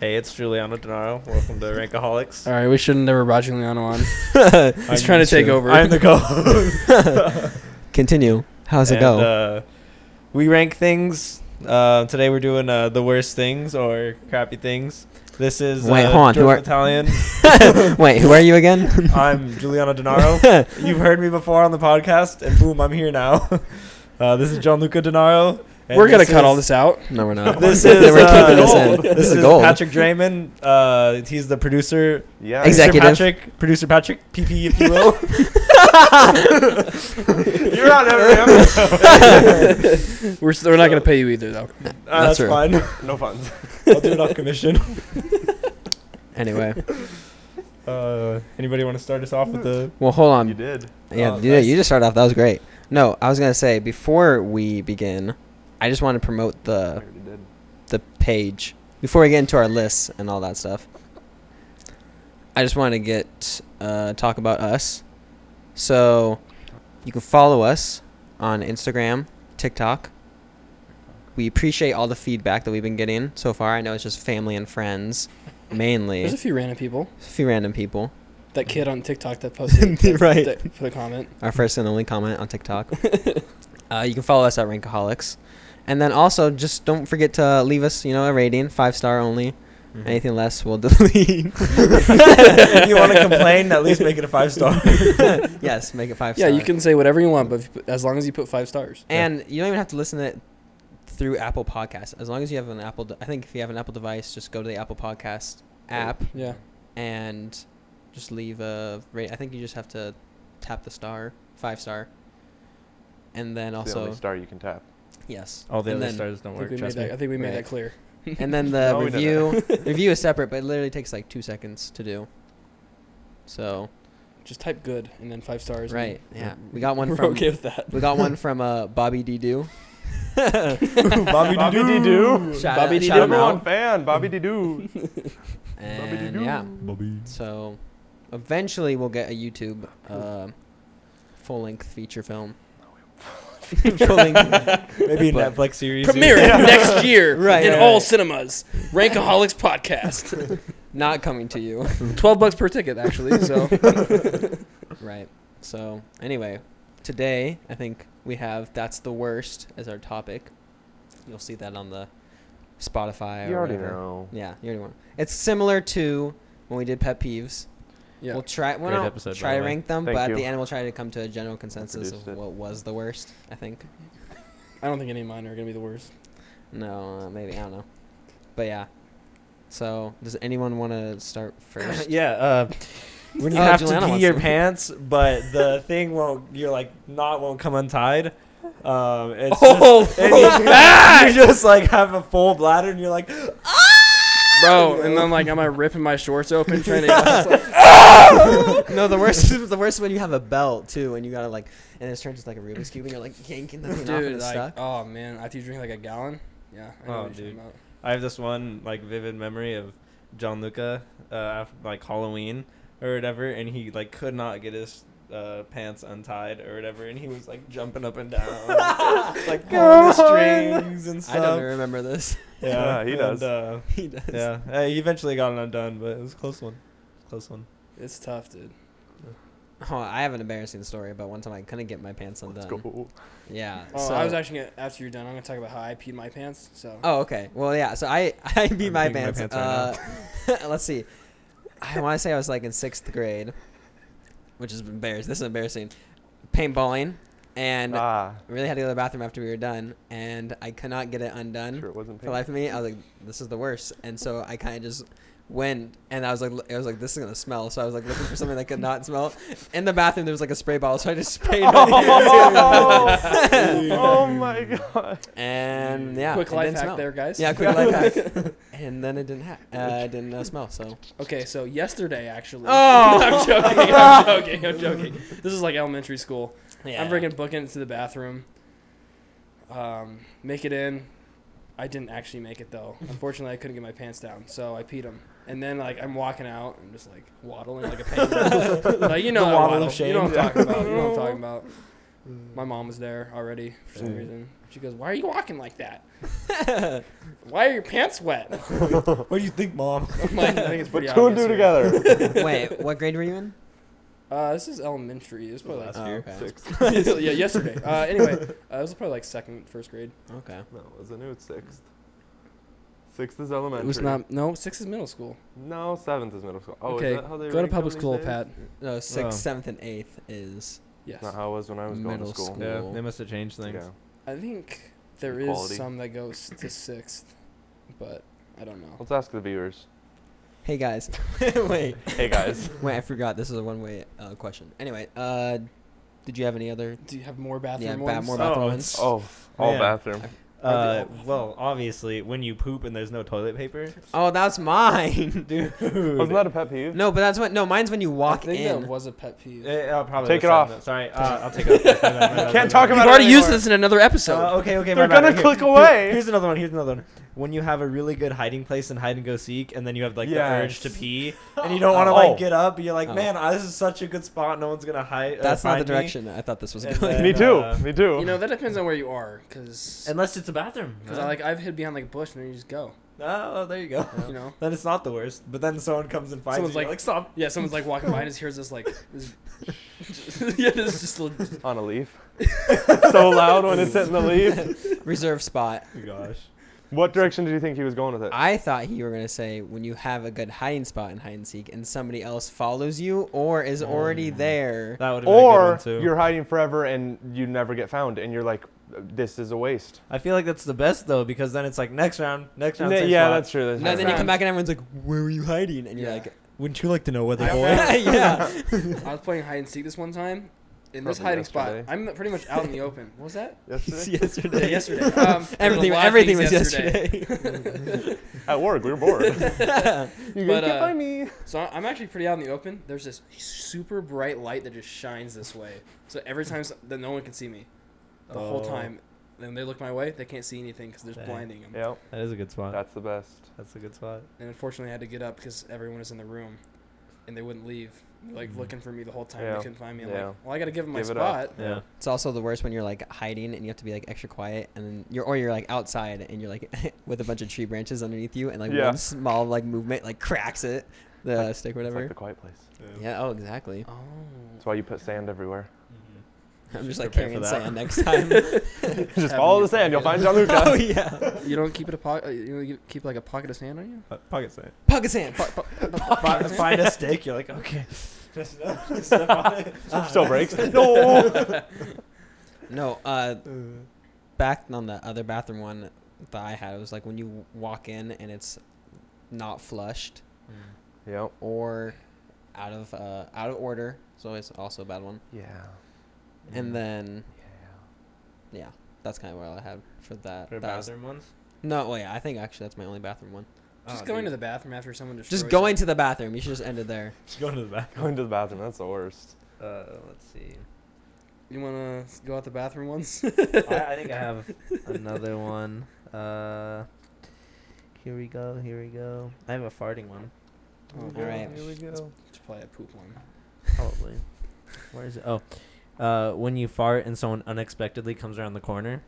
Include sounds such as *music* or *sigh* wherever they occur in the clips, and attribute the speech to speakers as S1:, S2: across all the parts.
S1: Hey, it's Giuliano Donaro. Welcome to Rankaholics.
S2: *laughs*
S3: All right, we shouldn't never brought Giuliano on. He's
S1: I'm-
S3: trying to
S2: it's
S3: take
S2: true.
S3: over.
S1: I'm the co-host.
S2: Continue. *laughs* How's it
S1: And,
S2: go?
S1: Uh, we rank things. Uh, today we're doing uh, the worst things or crappy things. This is
S2: Wait,
S1: uh,
S2: hold on, who
S1: Jordan
S2: are-
S1: Italian.
S2: *laughs* Wait, who are you again?
S1: *laughs* I'm Giuliano Donaro.
S2: *laughs*
S1: You've heard me before on the podcast, and boom, I'm here now. *laughs* Uh, this is Gianluca Donaro. *laughs* and
S3: We're gonna
S1: this
S3: cut all
S1: is-
S3: this out. *laughs*
S2: no, we're
S1: *laughs*
S2: not.
S1: This
S2: *laughs* We're
S1: is uh,
S2: keeping
S1: gold.
S2: this in. This is gold.
S1: Patrick Draymond. Uh, he's the producer.
S4: Yeah.
S1: Producer
S2: Executive.
S1: Uh, Patrick, producer Patrick, PP, if you *laughs* will. Uh,
S4: You're not ever
S3: We're s- we're not gonna pay you either though.
S1: Uh, that's
S2: That's
S1: *laughs*
S2: true.
S1: fine.
S4: No funds.
S1: I'll do it off commission.
S2: Anyway,
S1: Uh, anybody want to start us off with the?
S2: well, hold
S3: Um,
S4: you
S2: on.
S3: uh,
S4: did.
S2: Yeah,
S1: Oh,
S2: you,
S1: nice.
S2: you just started off. That was great. No, I was gonna say before we begin, I just want to promote
S4: I
S2: the
S4: already did.
S2: the page before we get into our lists and all that stuff. I just want to get uh, talk about us. So you can follow us on Instagram, TikTok. We appreciate all the feedback that we've been getting so far. I know it's just family and friends,
S3: *laughs*
S2: mainly
S3: There's a
S2: a
S3: few random people.
S2: few random people.
S3: That kid on TikTok that
S1: *laughs*
S3: posted the-
S2: Right.
S3: the- for the
S2: *laughs*
S3: comment.
S2: Our first and only comment on TikTok. uh, you can follow us at Rankaholics, and then also just don't forget to leave us, you know, a rating, five star only. Anything less, we'll *laughs*
S1: *laughs*
S2: delete.
S1: if you want to complain, at least make it a five *laughs* star.
S2: *laughs* yes, make it five.
S3: *laughs* Yeah,
S2: star.
S3: you can say whatever you want, but if you put, as long as you put five stars.
S2: And you don't even have to listen to it through Apple Podcasts. As long as you have an Apple, de- I think if you have an Apple device, just go to the Apple Podcast app
S3: Yeah.
S2: and just leave a rate. I think you just have to tap the star, five star, and then
S4: It's the only
S2: also
S4: star you can tap.
S2: yes,
S1: All Oh, the
S2: and
S1: other Oh,
S2: then,
S1: stars don't
S3: I think
S1: work.
S3: we made
S1: Trust me.
S3: that, I think we made
S2: Right.
S3: that clear.
S2: *laughs* and
S1: *laughs*
S2: then the
S4: No, we did
S2: review review is separate, but it literally takes like two seconds to do. So
S3: Just type good and then five stars. and
S2: right,
S3: *laughs*
S2: yeah, we got one
S3: We're
S2: from
S3: okay with that.
S2: we
S4: *laughs*
S2: got one from uh, Bobby D. Do.
S1: *laughs* Bobby
S4: Bobby
S1: Didoo.
S4: Didoo.
S2: Shout
S3: Bobby
S2: out,
S3: D.
S2: shout
S3: Do.
S2: him
S4: Number
S2: out.
S4: one fan, Bobby Didoo.
S2: And yeah, so eventually we'll get a YouTube uh, full length feature film.
S4: *laughs*
S1: Maybe a
S2: But-
S1: Netflix series. *laughs*
S3: Premiere it next year
S2: *laughs* Right,
S3: in
S2: right,
S3: all
S2: right.
S3: cinemas.
S2: *laughs*
S3: Rankaholics podcast.
S2: *laughs*
S3: *laughs*
S2: Not coming to you.
S3: Twelve bucks per ticket, actually.
S2: *laughs*
S3: So
S2: right. So anyway, today I think we have That's the Worst as our topic. You'll see that on the Spotify
S4: You
S2: or
S4: already
S2: whatever.
S4: know.
S2: Yeah, you already know. It's similar to when we did Pet Peeves.
S3: yeah.
S2: We'll try. We'll
S1: Great
S2: not
S1: episode, by
S2: try
S1: the
S2: to
S1: way.
S2: rank them,
S4: Thank
S2: but at
S4: you.
S2: the end we'll try to come to a general consensus of
S4: produced it.
S2: what was the worst. I think.
S3: I don't think any of mine are gonna be the worst.
S2: No, uh, maybe I don't know. But yeah. So does anyone want to
S4: *laughs*
S2: start first? *laughs*
S1: yeah. Uh, when you
S2: Oh,
S1: have
S2: Juliana
S1: to pee
S2: wants
S1: your
S2: to-
S1: pants, but the thing won't. You're like knot won't come untied. Um, it's
S3: *laughs* Oh,
S1: just, and you, you just like have a full bladder, and you're like,
S3: bro. And then like, am I ripping my shorts open trying *laughs* to? just, like,
S2: no, the worst. *laughs* is The worst when you have a belt too, and you gotta like, and it's turned into like a Rubik's cube, and you're like yanking the thing off and
S3: dude,
S2: it's
S3: like,
S2: stuck.
S3: oh man, after you drink like a gallon, yeah. I know
S1: Oh,
S3: what you're
S1: dude.
S3: talking about.
S1: I have this one like vivid memory of John Luca, uh, after, like Halloween or whatever, and he like could not get his uh, pants untied or whatever, and he was like jumping up and *laughs* down, like pulling the strings and stuff.
S2: I don't even remember this. *laughs*
S1: Yeah,
S4: Yeah, he does.
S1: And, uh,
S2: he does.
S1: yeah, Uh, he eventually got it undone, but it was a close one. Close one.
S3: It's tough, dude.
S2: Oh, I have an embarrassing story about one time I couldn't get my pants undone.
S4: Let's go.
S2: Yeah.
S3: Oh,
S2: so,
S3: I was actually gonna, after you're done, I'm gonna talk about how I peed my pants. So
S2: Oh, okay. Well, yeah. So I *laughs* I beat
S1: I'm
S2: my
S1: peeing my
S2: pants.
S1: pants
S2: uh, *laughs*
S1: right
S2: let's see. I want to say I was like in sixth grade, which is embarrassing. This is embarrassing. Paintballing, and
S4: Ah,
S2: really had to go to the bathroom after we were done, and I could not get it undone
S4: sure it wasn't
S2: for the life of me. I was like, this is the worst, and so I kind of just went and I was like, I was like, this is gonna smell. So I was like looking for something that could not smell. In the bathroom, there was like a spray bottle, so I just sprayed. it
S4: *laughs*
S2: on
S3: *laughs*
S2: the
S4: *laughs* oh, oh my god.
S2: *laughs* and yeah,
S3: quick
S2: it
S3: life
S2: didn't
S3: hack
S2: smell.
S3: there, guys.
S2: Yeah, quick life hack. *laughs* And then it didn't ha- uh, it didn't uh, smell. So
S3: *laughs* Okay, so yesterday actually.
S2: Oh!
S3: *laughs* I'm joking. I'm joking. I'm
S2: *laughs*
S3: joking. This is like elementary school. I'm freaking booking into the bathroom. Um, make it in. I didn't actually make it
S1: *laughs*
S3: though. Unfortunately, I couldn't get my pants down, so I peed them. And then like I'm walking out,
S1: *laughs*
S3: I'm just like waddling like a penguin. like you know,
S1: The
S3: I
S1: waddle of
S3: You know what I'm
S1: shame. *laughs*
S3: talking about. You know what I'm talking about.
S4: Mm.
S3: My mom was there already for some
S2: Yeah.
S3: reason. She goes, "Why are you walking like that?
S1: *laughs*
S3: Why are your pants wet?" *laughs*
S1: What do you think, *laughs* mom?
S3: I'm like, I think it's pretty
S4: Put two and
S3: obvious
S4: two
S3: here.
S4: together.
S2: *laughs* Wait, what grade were you in?
S3: Uh, this is elementary. It was probably
S2: Oh,
S1: *laughs*
S3: like,
S2: okay.
S4: Six.
S3: *laughs* *laughs* yeah, yesterday. Uh, anyway, uh, it was probably like second, first grade.
S2: Okay.
S4: No, it was a new sixth. Sixth is elementary.
S3: It was not. No, sixth is middle school.
S4: No, seventh is middle school. Oh,
S3: okay,
S4: is that how they
S3: go to
S4: rank
S3: public
S4: them
S3: school,
S4: these days?
S3: Pat.
S2: No, sixth,
S1: Oh.
S2: seventh, and eighth is
S3: Yes,
S4: Not how it was when I was
S2: Middle
S4: going to school.
S2: school.
S1: yeah,
S2: Cool.
S1: they must have changed things.
S4: Yeah.
S3: I think there is
S4: Equality.
S3: some that goes to sixth, but I don't know.
S4: Let's ask the viewers.
S2: Hey guys. *laughs*
S1: *laughs*
S2: wait.
S4: Hey guys.
S2: Wait, I forgot. This is a one way uh, question. Anyway, uh, did you have any other?
S3: Do you have more bathroom
S2: yeah, ba-
S3: ones?
S2: more bathroom
S1: Oh,
S2: ones.
S4: Oh, all
S1: Man.
S4: bathroom.
S1: Uh, well, obviously, when you poop and there's no toilet paper,
S2: *laughs* Oh, that's mine.
S1: *laughs*
S2: *laughs*
S1: dude.
S4: Wasn't that a pet peeve?
S2: No, but that's what. No, mine's when you
S3: I
S2: walk
S3: think that
S2: in.
S3: was a pet peeve.
S1: Eh, I'll probably
S4: Take it
S1: listen.
S4: off.
S1: Sorry, uh, I'll
S4: *laughs*
S1: take it off. My bad, my bad, my
S4: Can't
S1: bad.
S4: talk
S2: You've
S4: about it
S2: already used
S4: anymore.
S2: this in another episode.
S1: Uh, okay, okay.
S4: They're
S1: my bad.
S4: gonna
S1: Here-
S4: click
S1: here-
S4: away.
S1: Here's another one. Here's another one. When you have a really good hiding place in hide and go seek, and then you have like
S4: Yes.
S1: the urge to
S4: *laughs*
S1: pee, and you don't want to like
S4: Oh.
S1: get up, but you're like,
S2: Oh.
S1: man, ah, this is such a good spot. No one's gonna hide. uh,
S2: that's not the
S1: find me."
S2: direction I thought this was
S1: And
S2: going.
S1: then-
S4: Me too.
S1: Uh,
S4: Me too.
S3: You know, that depends on where you are, because
S1: Unless it's a bathroom.
S3: I like I've hid behind like a bush and then you just go.
S1: Oh, there you go.
S2: Uh-huh.
S3: You know.
S1: Then it's not the worst. But then someone comes and finds
S3: Someone's
S1: you.
S3: like-
S1: Like, like stop.
S3: Yeah, someone's like walking by and just hears this like,
S4: *laughs*
S3: this, *laughs* yeah, this just a,
S4: on a leaf. *laughs* so loud when it's hitting the
S2: *laughs*
S4: leaf.
S2: Reserve spot.
S1: Oh, gosh.
S4: What direction did you think he was going with it?
S2: I thought you were gonna say when you have a good hiding spot in hide and seek, and somebody else follows you or is already there.
S1: *laughs* That would have been a good
S4: or
S1: one too.
S4: you're hiding forever and you never get found, and you're like, this is a waste.
S1: I feel like that's the best though because then it's like next round, next round.
S4: Yeah,
S1: same spot.
S4: that's true. That's
S2: No,
S4: true.
S2: then you come back and everyone's like, "Where were you hiding?" And you're
S3: Yeah.
S2: like,
S1: Wouldn't you like to know where
S3: I
S1: boy?
S4: *laughs*
S3: found-
S2: *laughs* "Yeah."
S3: I was playing hide and seek this one time in this
S4: Probably
S3: hiding
S4: yesterday.
S3: spot. I'm pretty much out in the open. What was that?
S2: *laughs*
S4: Yesterday?
S3: Yeah,
S2: yesterday.
S3: yesterday. *laughs* Um, there was a
S2: *laughs* everything.
S3: lot of
S2: Everything
S3: things
S2: was yesterday.
S4: At work, we
S2: *laughs*
S4: were bored. you guys
S3: But,
S4: can't
S3: uh,
S4: find me.
S3: So I- I'm actually pretty out in the open. There's this super bright light that just shines this way. So every time s- that no one can see me, the whole
S1: Oh.
S3: time. Then they look my way. They can't see anything because there's
S1: Dang.
S3: blinding 'em.
S4: Yeah,
S1: That is a good spot.
S4: that's the best.
S1: That's a good spot.
S3: And unfortunately, I had to get up because everyone was in the room, and they wouldn't leave. Like looking for me the whole time.
S4: Yeah.
S3: They couldn't find me. I'm
S4: Yeah.
S3: like, well, I gotta give them my
S4: Give it
S3: spot.
S4: up.
S1: Yeah.
S2: It's also the worst when you're like hiding and you have to be like extra quiet, and then you're or you're like outside and you're like *laughs* with a bunch of tree branches underneath you, and like
S4: Yeah.
S2: one small like movement like cracks it, the stick
S4: It's
S2: whatever.
S4: like the quiet place.
S2: yeah. Oh, exactly.
S3: Oh.
S4: That's why you put sand everywhere.
S1: Mm-hmm.
S2: I'm just
S1: Just
S2: like
S1: prepare for
S2: carrying
S1: that.
S2: sand next time.
S4: *laughs* Just follow the sand. You'll find Gianluca.
S2: *laughs* oh yeah.
S3: You don't keep it a pocket. You don't keep like a pocket of sand on you.
S1: Po- Pocket sand.
S2: Pocket
S1: *laughs*
S2: sand.
S1: Fi- find a steak. You're like, okay. Just *laughs* step on it. Uh.
S2: *laughs*
S4: Still breaks. *laughs* No.
S2: No, uh, back on the other bathroom one that I had, it was like when you walk in and it's not flushed
S4: yep.
S2: or out of uh, out of order. It's always also a bad one.
S4: Yeah. Mm-hmm.
S2: And then
S4: Yeah.
S2: yeah, that's kind of what I had for that.
S1: For
S2: that was-
S1: bathroom ones.
S2: no, wait, I think actually that's my only bathroom one.
S3: Just
S1: Oh,
S3: going to
S1: dude.
S3: the bathroom after someone destroys.
S2: Just going
S3: it.
S2: to the bathroom. You should just end it there.
S1: Just going to the back.
S4: Going to the bathroom. That's the worst.
S1: Uh, let's see.
S3: You wanna s- go out the bathroom once?
S1: *laughs*
S3: *laughs*
S4: Oh,
S1: I, I think I have another one. Uh, here we go. Here we go. I have a farting one.
S3: Oh,
S2: All right.
S4: Here we go.
S3: It's probably a poop one.
S1: Probably. Where is it? Oh, uh, when you fart and someone unexpectedly comes around the corner.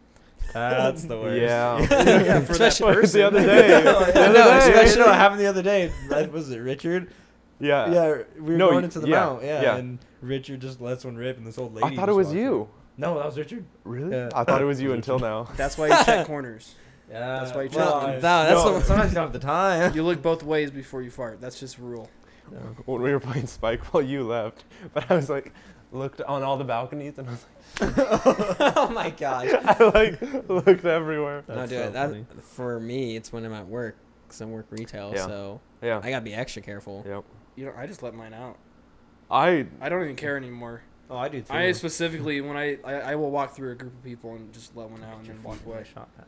S1: That's the worst. *laughs*
S4: Yeah. *laughs*
S3: Yeah, for that
S2: Especially-
S3: person.
S4: the other day. The
S1: I know,
S4: other day.
S1: especially what happened the other day. Like, was it Richard?
S4: Yeah.
S1: yeah, we were
S4: No,
S1: going
S4: y-
S1: into the
S4: yeah,
S1: mount. Yeah,
S4: yeah.
S1: and Richard just lets one rip, and this old lady.
S4: I thought
S1: just
S4: it was
S1: walks in.
S4: you.
S1: No, that was Richard.
S4: Really?
S1: Yeah.
S4: I thought it was you until now. *laughs*
S3: That's why you check corners.
S1: Yeah,
S3: That's why you
S1: well,
S3: tell them.
S1: I-
S2: No, that's
S1: no,
S2: the-
S1: sometimes you don't have the time.
S3: You look both ways before you fart. That's just a rule.
S4: When we were playing Spike while you left, but I was like, looked on all the balconies and I was *laughs*
S2: oh my gosh.
S4: like, I like looked everywhere.
S2: no,
S1: *laughs* That's so
S2: dude,
S1: funny.
S2: that, for me, it's when I'm at work. 'cause I work retail,
S4: Yeah.
S2: so
S4: Yeah.
S2: I gotta be extra careful.
S4: Yep.
S3: You know, I just let mine out.
S4: I
S3: I don't even care anymore.
S1: *laughs* Oh, I do too.
S3: I specifically, when I, I I will walk through a group of people and just let one out and then walk
S4: *laughs*
S3: away.
S1: Shot at.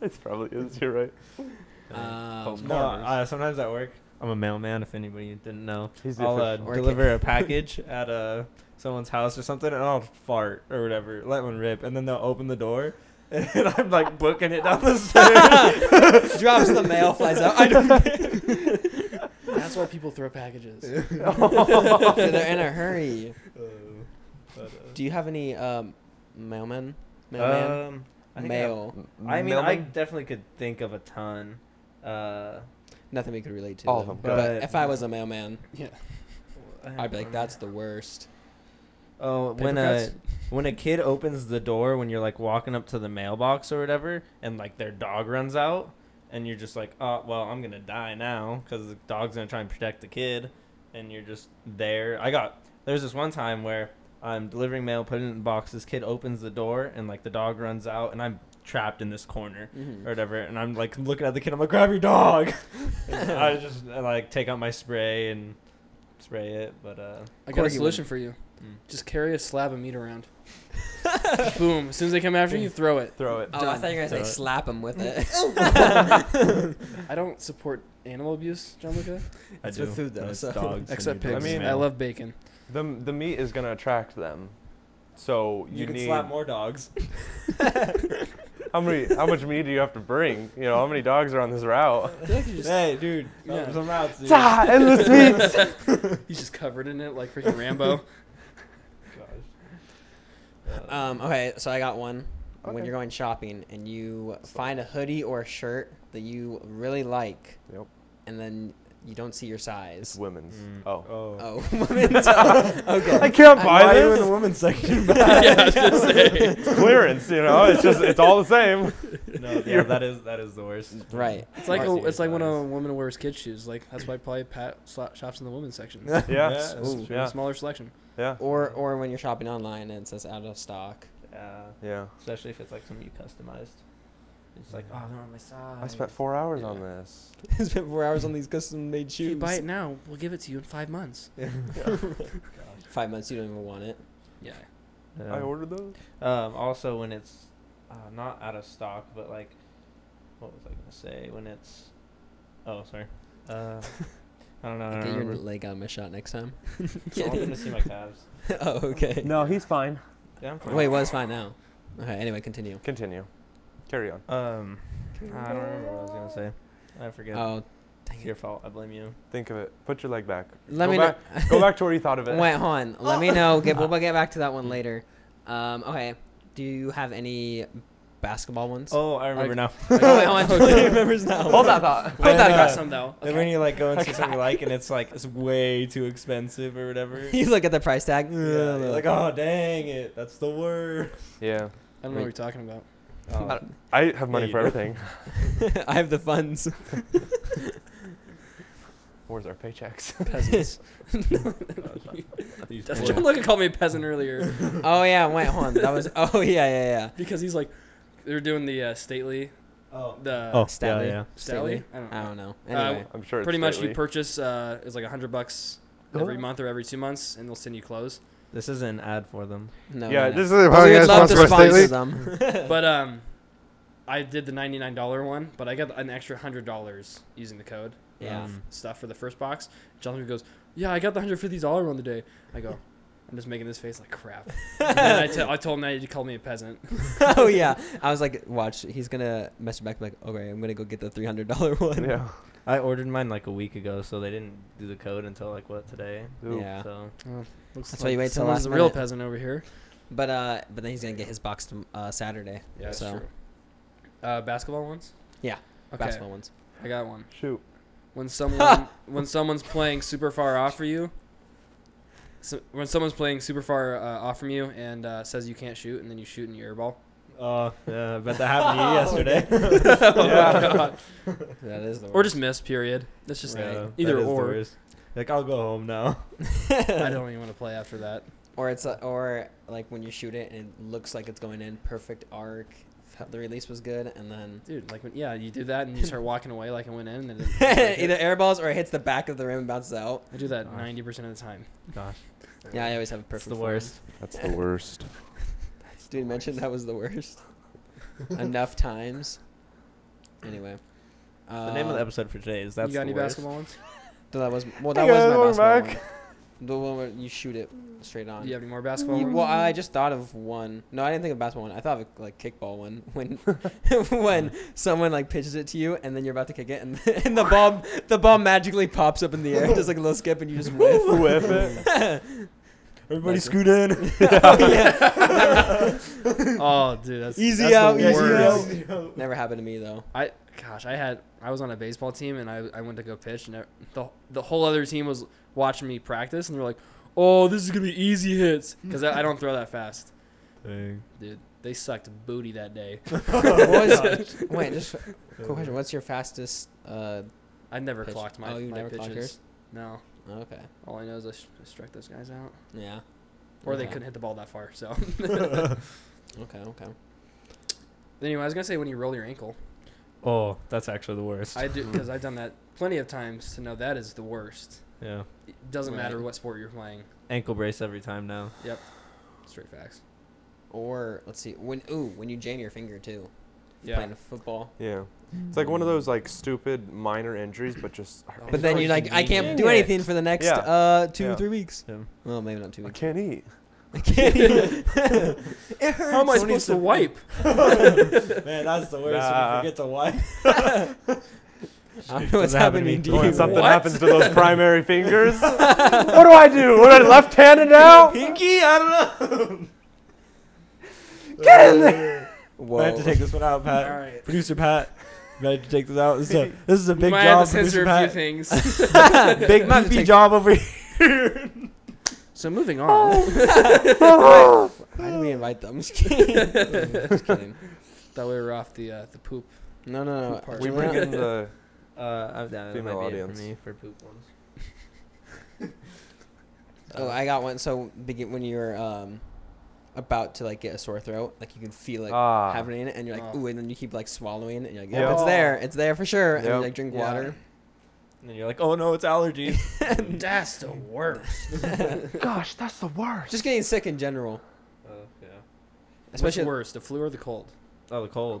S4: it's probably is. You're *laughs* right.
S2: Um,
S1: No, uh, sometimes at work, I'm a mailman. If anybody didn't know,
S4: He's the
S1: I'll uh,
S4: official.
S2: Or
S1: deliver a package at uh, someone's house or something, and I'll fart or whatever, let one rip, and then they'll open the door, *laughs* and I'm like booking it down *laughs* the stairs.
S2: *laughs* drops the mail, flies out. I don't
S4: *laughs*
S3: That's why people throw
S1: *laughs*
S3: packages.
S2: They're in a hurry.
S1: But, uh,
S2: Do you have any um, mailmen? Mailman?
S1: um, I think I have-
S2: Mail.
S1: I, mean, I
S4: Mailman?
S1: definitely could think of a ton. Uh,
S2: Nothing we could relate to.
S4: All of
S2: though.
S4: them.
S2: But,
S1: But-
S2: if I was a mailman,
S3: Yeah.
S2: I'd be like, that's the worst.
S1: Oh,
S2: Paper
S1: when
S2: cuts?
S1: a when a kid opens the door when you're like walking up to the mailbox or whatever, and like their dog runs out, and you're just like, oh well, I'm gonna die now because the dog's gonna try and protect the kid, and you're just there. I got there's this one time where I'm delivering mail, putting it in the box. This kid opens the door and like the dog runs out, and I'm trapped in this corner
S4: Mm-hmm.
S1: or whatever, and I'm like looking at the kid. I'm like, grab your dog. *laughs* And I just I, like take out my spray and spray it, but uh,
S3: I got a
S2: Corgi
S3: solution for you.
S2: Hmm.
S1: Mm.
S3: Just carry a slab of meat around. Boom. As soon as they come after you, throw it.
S4: Throw it.
S2: Oh, I thought you were gonna say
S1: Done.
S2: slap him with
S4: *laughs*
S2: it.
S3: I don't support animal abuse, John Luca.
S1: I
S2: It's
S1: do.
S2: with food, though,
S1: and it's
S2: so-
S1: dogs, and
S3: Except
S1: you do
S3: pigs. I
S1: it
S4: mean- uh,
S1: manually.
S3: love bacon.
S4: The the meat is gonna attract them, so you,
S1: You can
S4: need.
S1: slap more
S3: *laughs*
S1: dogs. *laughs*
S4: How many? How much meat do you have to bring? You know, how many dogs are on this *laughs* route?
S3: I feel like you just,
S1: hey, dude,
S3: Yeah.
S1: yeah. some outs, dude. Gosh.
S4: Ah, endless meat. *laughs*
S3: he's just covered in it like freaking Rambo.
S1: Uh,
S2: um, okay, so I got one. When
S4: Okay.
S2: you're going shopping and you find a hoodie or a shirt that you really like,
S4: Yep.
S2: and then you don't see your size.
S4: It's women's.
S1: Mm. *laughs*
S4: Oh.
S1: oh.
S2: Oh, *laughs* women's. okay.
S4: I can't
S2: I'm
S4: buy
S2: not
S4: this.
S2: even-
S1: women's section. *laughs*
S3: *laughs* yeah, I was
S4: *laughs*
S3: gonna say.
S4: It's clearance, you know. It's just it's all the same.
S3: *laughs*
S1: no, yeah, that is that is the worst.
S2: Right.
S3: It's like a,
S1: Varsity
S3: it's like when a
S1: size.
S3: woman wears kids shoes. Like that's why probably Pat sla- shops in the women's section.
S4: Yeah. Yeah.
S1: *laughs* Yeah.
S3: It's
S1: Ooh,
S3: a
S4: yeah.
S3: Smaller selection.
S4: Yeah.
S2: Or or when you're shopping online and it says out of stock. *laughs*
S1: Yeah, especially if it's like something you customized. It's like, oh, they're on my side.
S4: I spent four hours
S2: Yeah.
S4: on this.
S2: Spent four hours on these custom made
S3: If you
S2: shoes. *laughs*
S3: buy it now, we'll give it to you in five months.
S4: *laughs*
S2: Five months, you don't even want it.
S3: *laughs* Yeah.
S1: Yeah.
S4: I ordered those.
S1: Um, also, when it's uh, not out of stock, but like, what was I gonna say? When it's, oh, sorry.
S2: *laughs*
S1: Uh, I don't know. I don't
S2: Get your
S1: remember.
S2: leg out of my shot next time.
S1: I wanted to see my calves.
S2: *laughs* oh, okay.
S4: No, he's fine.
S1: Yeah, I'm fine.
S2: Wait, well, it's fine now. Okay, anyway, continue.
S4: Continue. Carry on.
S1: Um, I don't remember what I was gonna say. I forget.
S2: Oh,
S1: it's your fault. I blame you.
S4: Think of it. Put your leg back.
S2: let
S4: go
S2: me
S4: back,
S2: know.
S4: *laughs*
S2: *laughs*
S4: go back to where you thought of it.
S2: Wait, hold on. Let me know. Get, we'll get back to that one later. Um, okay. Do you have any basketball *laughs* ones?
S1: Oh, I remember now.
S2: Oh, wait, hold
S1: *laughs*
S2: on. *laughs* Julie remembers now. *laughs*
S4: Hold that thought.
S2: Hold
S1: I
S2: that
S1: know.
S2: thought.
S3: some though.
S1: And when you like go and see something you like, and it's like it's way too expensive or whatever.
S2: *laughs* You look at the price tag.
S1: Yeah, you're like, oh dang it, that's the worst.
S4: Yeah.
S3: I don't know what you're talking
S1: *laughs*
S3: about.
S1: Oh,
S4: I have money
S1: you
S4: for
S1: do.
S4: everything.
S2: *laughs* I have the funds.
S4: Where's our paychecks?
S1: *laughs*
S3: Peasants.
S1: these
S2: *laughs*
S3: That's
S1: poor- *laughs*
S3: John Luca called me a peasant earlier *laughs*
S2: Oh yeah, wait, hold on. That was. Oh yeah, yeah, yeah.
S3: because he's like, they're doing the uh, stately,
S1: oh.
S3: the
S1: Oh,
S2: Stanley.
S1: yeah,
S3: stately. I don't know.
S2: I don't know.
S3: Uh,
S2: *laughs* Anyway,
S4: I'm sure. It's
S3: Pretty much, you
S4: lately.
S3: purchase uh, it's like a hundred bucks every
S4: Oh.
S3: month or every two months, and they'll send you clothes.
S1: yeah. This is an ad for them.
S2: no.
S4: yeah,
S2: no, no.
S4: this is a
S2: But we would
S4: podcast
S2: love to
S4: sponsored by
S2: sponsor
S4: Stately.
S2: them.
S3: But um, I did the ninety nine dollar one, but I got an extra hundred dollars using the code
S1: *laughs*
S2: Yeah. *laughs*
S1: Um,
S3: stuff for the first box. John Luca goes, "Yeah, I got the hundred fifty dollar one today." I go. I'm just making this face like *laughs* crap. And then I, te- I told him that he called me a peasant.
S2: *laughs* oh yeah. I was like, watch. He's gonna message back like, okay, I'm gonna go get the three hundred dollar one.
S4: *laughs* Yeah.
S1: I ordered mine like a week ago, so they didn't do the code until like what today.
S4: Ooh.
S2: Yeah.
S1: So
S3: Looks
S2: That's why you wait till
S3: someone's
S2: last
S3: the real
S2: minute.
S3: peasant over here.
S2: *laughs* But uh, but then he's gonna get his box to, uh, Saturday.
S3: Yeah, that's
S2: So-
S3: true. Uh, basketball ones.
S2: Yeah,
S3: Okay,
S2: Basketball ones.
S3: I got one.
S4: Shoot.
S2: *laughs*
S3: When someone when someone's playing super far off for you, so, when someone's playing super far uh, off from you and uh, says you can't shoot, and then you shoot and you airball.
S1: Oh, yeah, I bet that *laughs* happened to you yesterday. Oh,
S4: Yeah.
S2: That is the.
S3: *laughs* Or just miss. Period. That's just
S2: Right.
S1: Yeah,
S3: Either
S1: that is the
S3: or.
S1: worst. Like, I'll go home now. *laughs*
S3: I don't even want to play after that.
S2: Or it's uh, or like when you shoot it and it looks like it's going in, perfect arc. Felt The release was good, and then
S3: Dude, like when, yeah, you do that and you start walking away like I went in and
S1: *laughs*
S3: then *laughs*
S2: either airballs or it hits the back of the rim and bounces out.
S3: I do that
S1: Gosh.
S3: 90% of the time.
S1: Gosh,
S2: Yeah, I always have a
S1: that's
S2: perfect.
S1: the
S2: form.
S1: worst.
S4: That's the worst.
S2: Dude, mentioned that was the worst. Enough times. Anyway.
S1: The name of the
S2: Um,
S1: episode for today is that's.
S3: Uh, you got
S1: the
S3: any
S1: worst.
S3: basketball ones?
S2: So that was well.
S4: Hey
S2: That was
S4: guys,
S2: my
S4: welcome
S2: basketball
S4: back.
S2: one. The one where you shoot it straight on.
S3: Do you have any more
S2: You-
S3: basketball ones?
S2: well, I just thought of one. No, I didn't think of basketball one. I thought of like kickball one *laughs* when when someone like pitches it to you and then you're about to kick it and, *laughs* and the ball *laughs* the ball magically pops up in the air just like a little skip and you just whiff.
S4: Whiff it.
S1: Everybody
S3: That's it.
S1: scoot in.
S2: *laughs*
S3: Oh, dude,
S1: *laughs*
S3: that's
S1: Easy
S3: that's the
S1: out, easy
S3: worst.
S1: out.
S2: Never happened to me though.
S3: I gosh, I had I was on a baseball team and I, I went to go pitch and e, the the whole other team was watching me practice and they're like, oh, this is gonna be easy hits because I, I don't throw that fast, *laughs*
S1: Dang.
S3: dude. They sucked booty that day.
S1: Oh,
S2: What was- *laughs* wait, just
S1: Uh,
S2: quick question. What's your fastest? Uh,
S3: I never
S2: Pitch-
S3: clocked my,
S2: oh, you
S3: my
S2: never clocked
S3: pitches.
S2: yours?
S3: No,
S2: okay.
S3: all I know is I, sh- I struck those guys out,
S2: Yeah.
S3: or they
S2: Okay.
S3: couldn't hit the ball that far. So *laughs*
S2: Okay. Okay.
S3: anyway, I was gonna say when you roll your ankle,
S1: Oh, that's actually the worst.
S3: I *laughs* do because I've done that plenty of times to know that is the worst.
S1: yeah.
S3: It doesn't
S2: Right.
S3: matter what sport you're playing.
S1: Ankle brace every time now.
S3: Straight facts.
S2: Or let's see. When ooh, when you jam your finger too.
S3: Yeah.
S2: Playing football.
S4: Yeah. It's like one of those like stupid minor injuries, but just
S3: Oh.
S2: But then you're like, I can't
S3: Dang
S2: do
S3: it.
S2: anything for the next
S4: Yeah.
S2: uh two
S4: Yeah.
S2: three weeks.
S1: Yeah.
S2: Well, maybe not two
S4: I *laughs*
S2: weeks.
S4: can't eat.
S2: I can't. even- *laughs* it hurts.
S3: How am I supposed to wipe?
S1: *laughs* Man, that's the
S4: worst when you Nah. forget
S1: to wipe.
S2: *laughs*
S1: *laughs*
S2: I don't know what's
S1: Doesn't happen to
S2: happening
S1: me.
S2: to
S4: When
S2: you.
S1: Dude,
S4: something *laughs*
S3: what?
S4: happens to those
S2: *laughs*
S4: primary fingers, what do I do? What am I left-handed now?
S1: Pinky, I don't
S3: *laughs*
S1: know. *laughs*
S4: Get in
S3: Uh,
S4: there.
S2: Whoa.
S1: I have to take this one out, Pat.
S3: All right.
S1: Producer Pat, I have to take this out. This is a, this is a
S3: We
S1: big
S3: *laughs* might
S1: job,
S3: have to censor
S1: producer
S3: a few
S1: Pat. *laughs*
S3: things.
S1: Big
S2: Might have to
S1: pee
S2: take-
S1: job over here.
S3: so moving
S1: Oh.
S3: on.
S2: Why did we invite them? Just kidding. Just kidding.
S3: Thought we were off the uh, the poop.
S2: No, no,
S3: Poop
S2: no.
S3: part.
S4: We
S2: Juliana-
S4: bring in the
S1: Uh, I've done it.
S4: Female
S1: might be it
S4: audience.
S1: for me for poop ones. *laughs* Uh,
S2: Oh, I got one. So begin when you're um about to like get a sore throat, *laughs* like you can feel it
S4: ah.
S2: happening in it, and you're like,
S3: Oh.
S2: ooh, and then you keep like swallowing, it, and you're like,
S4: Yep.
S2: yep, it's there, it's there for sure, and you
S4: Yep.
S2: like drink
S3: Yeah. *laughs*
S2: water.
S1: and then you're like, oh no, it's *laughs* allergies.
S2: *laughs*
S3: That's the worst.
S4: Gosh, that's the worst.
S2: Just getting sick in general,
S1: oh yeah.
S2: especially.
S3: What's worse, the flu or the cold?
S1: Oh, the cold.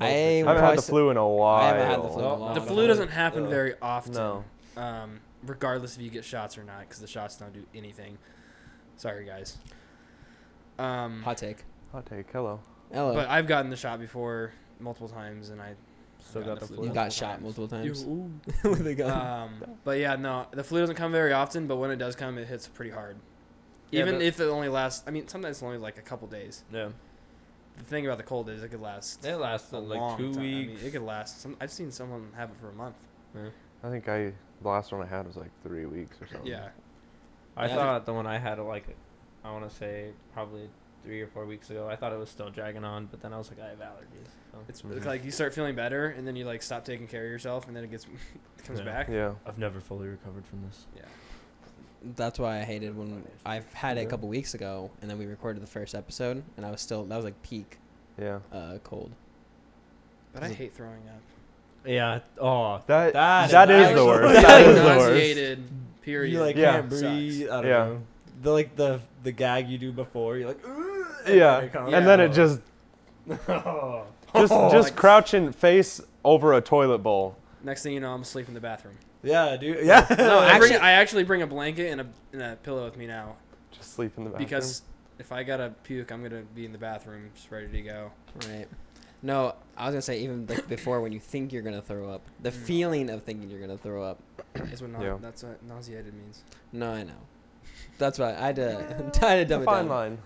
S2: I
S4: I
S1: for sure.
S2: would
S4: haven't had the
S2: Twice-
S4: flu in a while.
S2: haven't had the flu.
S1: Oh,
S3: the
S1: no,
S3: flu
S1: no.
S3: doesn't happen
S1: Ugh.
S3: very often.
S4: No.
S3: Um, regardless if you get shots or not, because the shots don't do anything. Sorry, guys. Um,
S2: Hot take.
S4: Hot take. Hello.
S2: Hello.
S3: but I've gotten the shot before multiple times, and I
S1: *laughs* Still
S3: Got
S1: got
S3: the
S1: the
S3: flu.
S2: you
S1: flu.
S2: got shot multiple times *laughs* with a gun.
S3: Um, but yeah, no, the flu doesn't come very often, but when it does come, it hits pretty hard.
S1: Yeah,
S3: Even
S1: but-
S3: if it only lasts, I mean, sometimes it's only like a couple days.
S1: Yeah.
S3: The thing about the cold is it could last
S1: It
S3: a
S1: lasted
S3: long
S1: like two
S3: time. I mean,
S1: weeks.
S3: it could last. Some, I've seen someone have it for a month.
S4: I think I the last one I had was like three weeks
S1: Oh.
S4: or something.
S3: Yeah,
S1: I
S2: Yeah.
S1: thought the one I had like, I want to say probably three or four weeks ago. I thought it was still dragging on, but then I was like, I have allergies. So.
S3: it's
S4: Mhm.
S3: like you start feeling better, and then you like stop taking care of yourself, and then it gets *laughs* it comes
S1: Yeah.
S3: back.
S4: Yeah.
S1: I've never fully recovered from this.
S3: Yeah.
S2: That's why I hated when I've had it a couple weeks ago, and then we recorded the first episode, and I was still that was like peak
S4: Yeah.
S2: uh, cold.
S3: But I
S2: Is it-
S3: hate throwing up.
S1: Yeah. Oh.
S4: That
S1: That
S4: that
S1: is
S4: is the
S1: actually-
S4: worst. That is the worst.
S3: nauseated. Period.
S1: You like
S4: Yeah.
S1: can't breathe. I don't
S4: Yeah.
S1: know. The like the the gag you do before you're like. "Ugh,"
S4: Yeah.
S1: you're kinda
S4: And then
S1: like, *laughs*
S4: it *laughs* just
S1: oh.
S4: just
S1: Oh,
S4: just
S1: like-
S4: crouching face over a toilet bowl.
S3: Next thing you know, I'm asleep in
S1: *laughs*
S3: the bathroom.
S1: Yeah, dude.
S2: *laughs*
S1: Yeah. *laughs*
S3: No, I, bring,
S2: actually-
S3: I actually bring a blanket and a, and a pillow with me now
S4: Just sleep in the bathroom.
S3: because if I gotta puke, I'm gonna be in the bathroom, just ready to go.
S2: Right. No, I was gonna say even like before when you think you're gonna throw up, the
S3: Mm.
S2: feeling of thinking you're gonna throw up.
S3: That's what, nau-
S4: Yeah.
S3: that's what nauseated
S1: *laughs*
S3: means. *laughs*
S2: No, I know. That's why I had to, *laughs*
S4: *laughs*
S2: I had to dumb it
S4: fine
S2: down.
S4: line.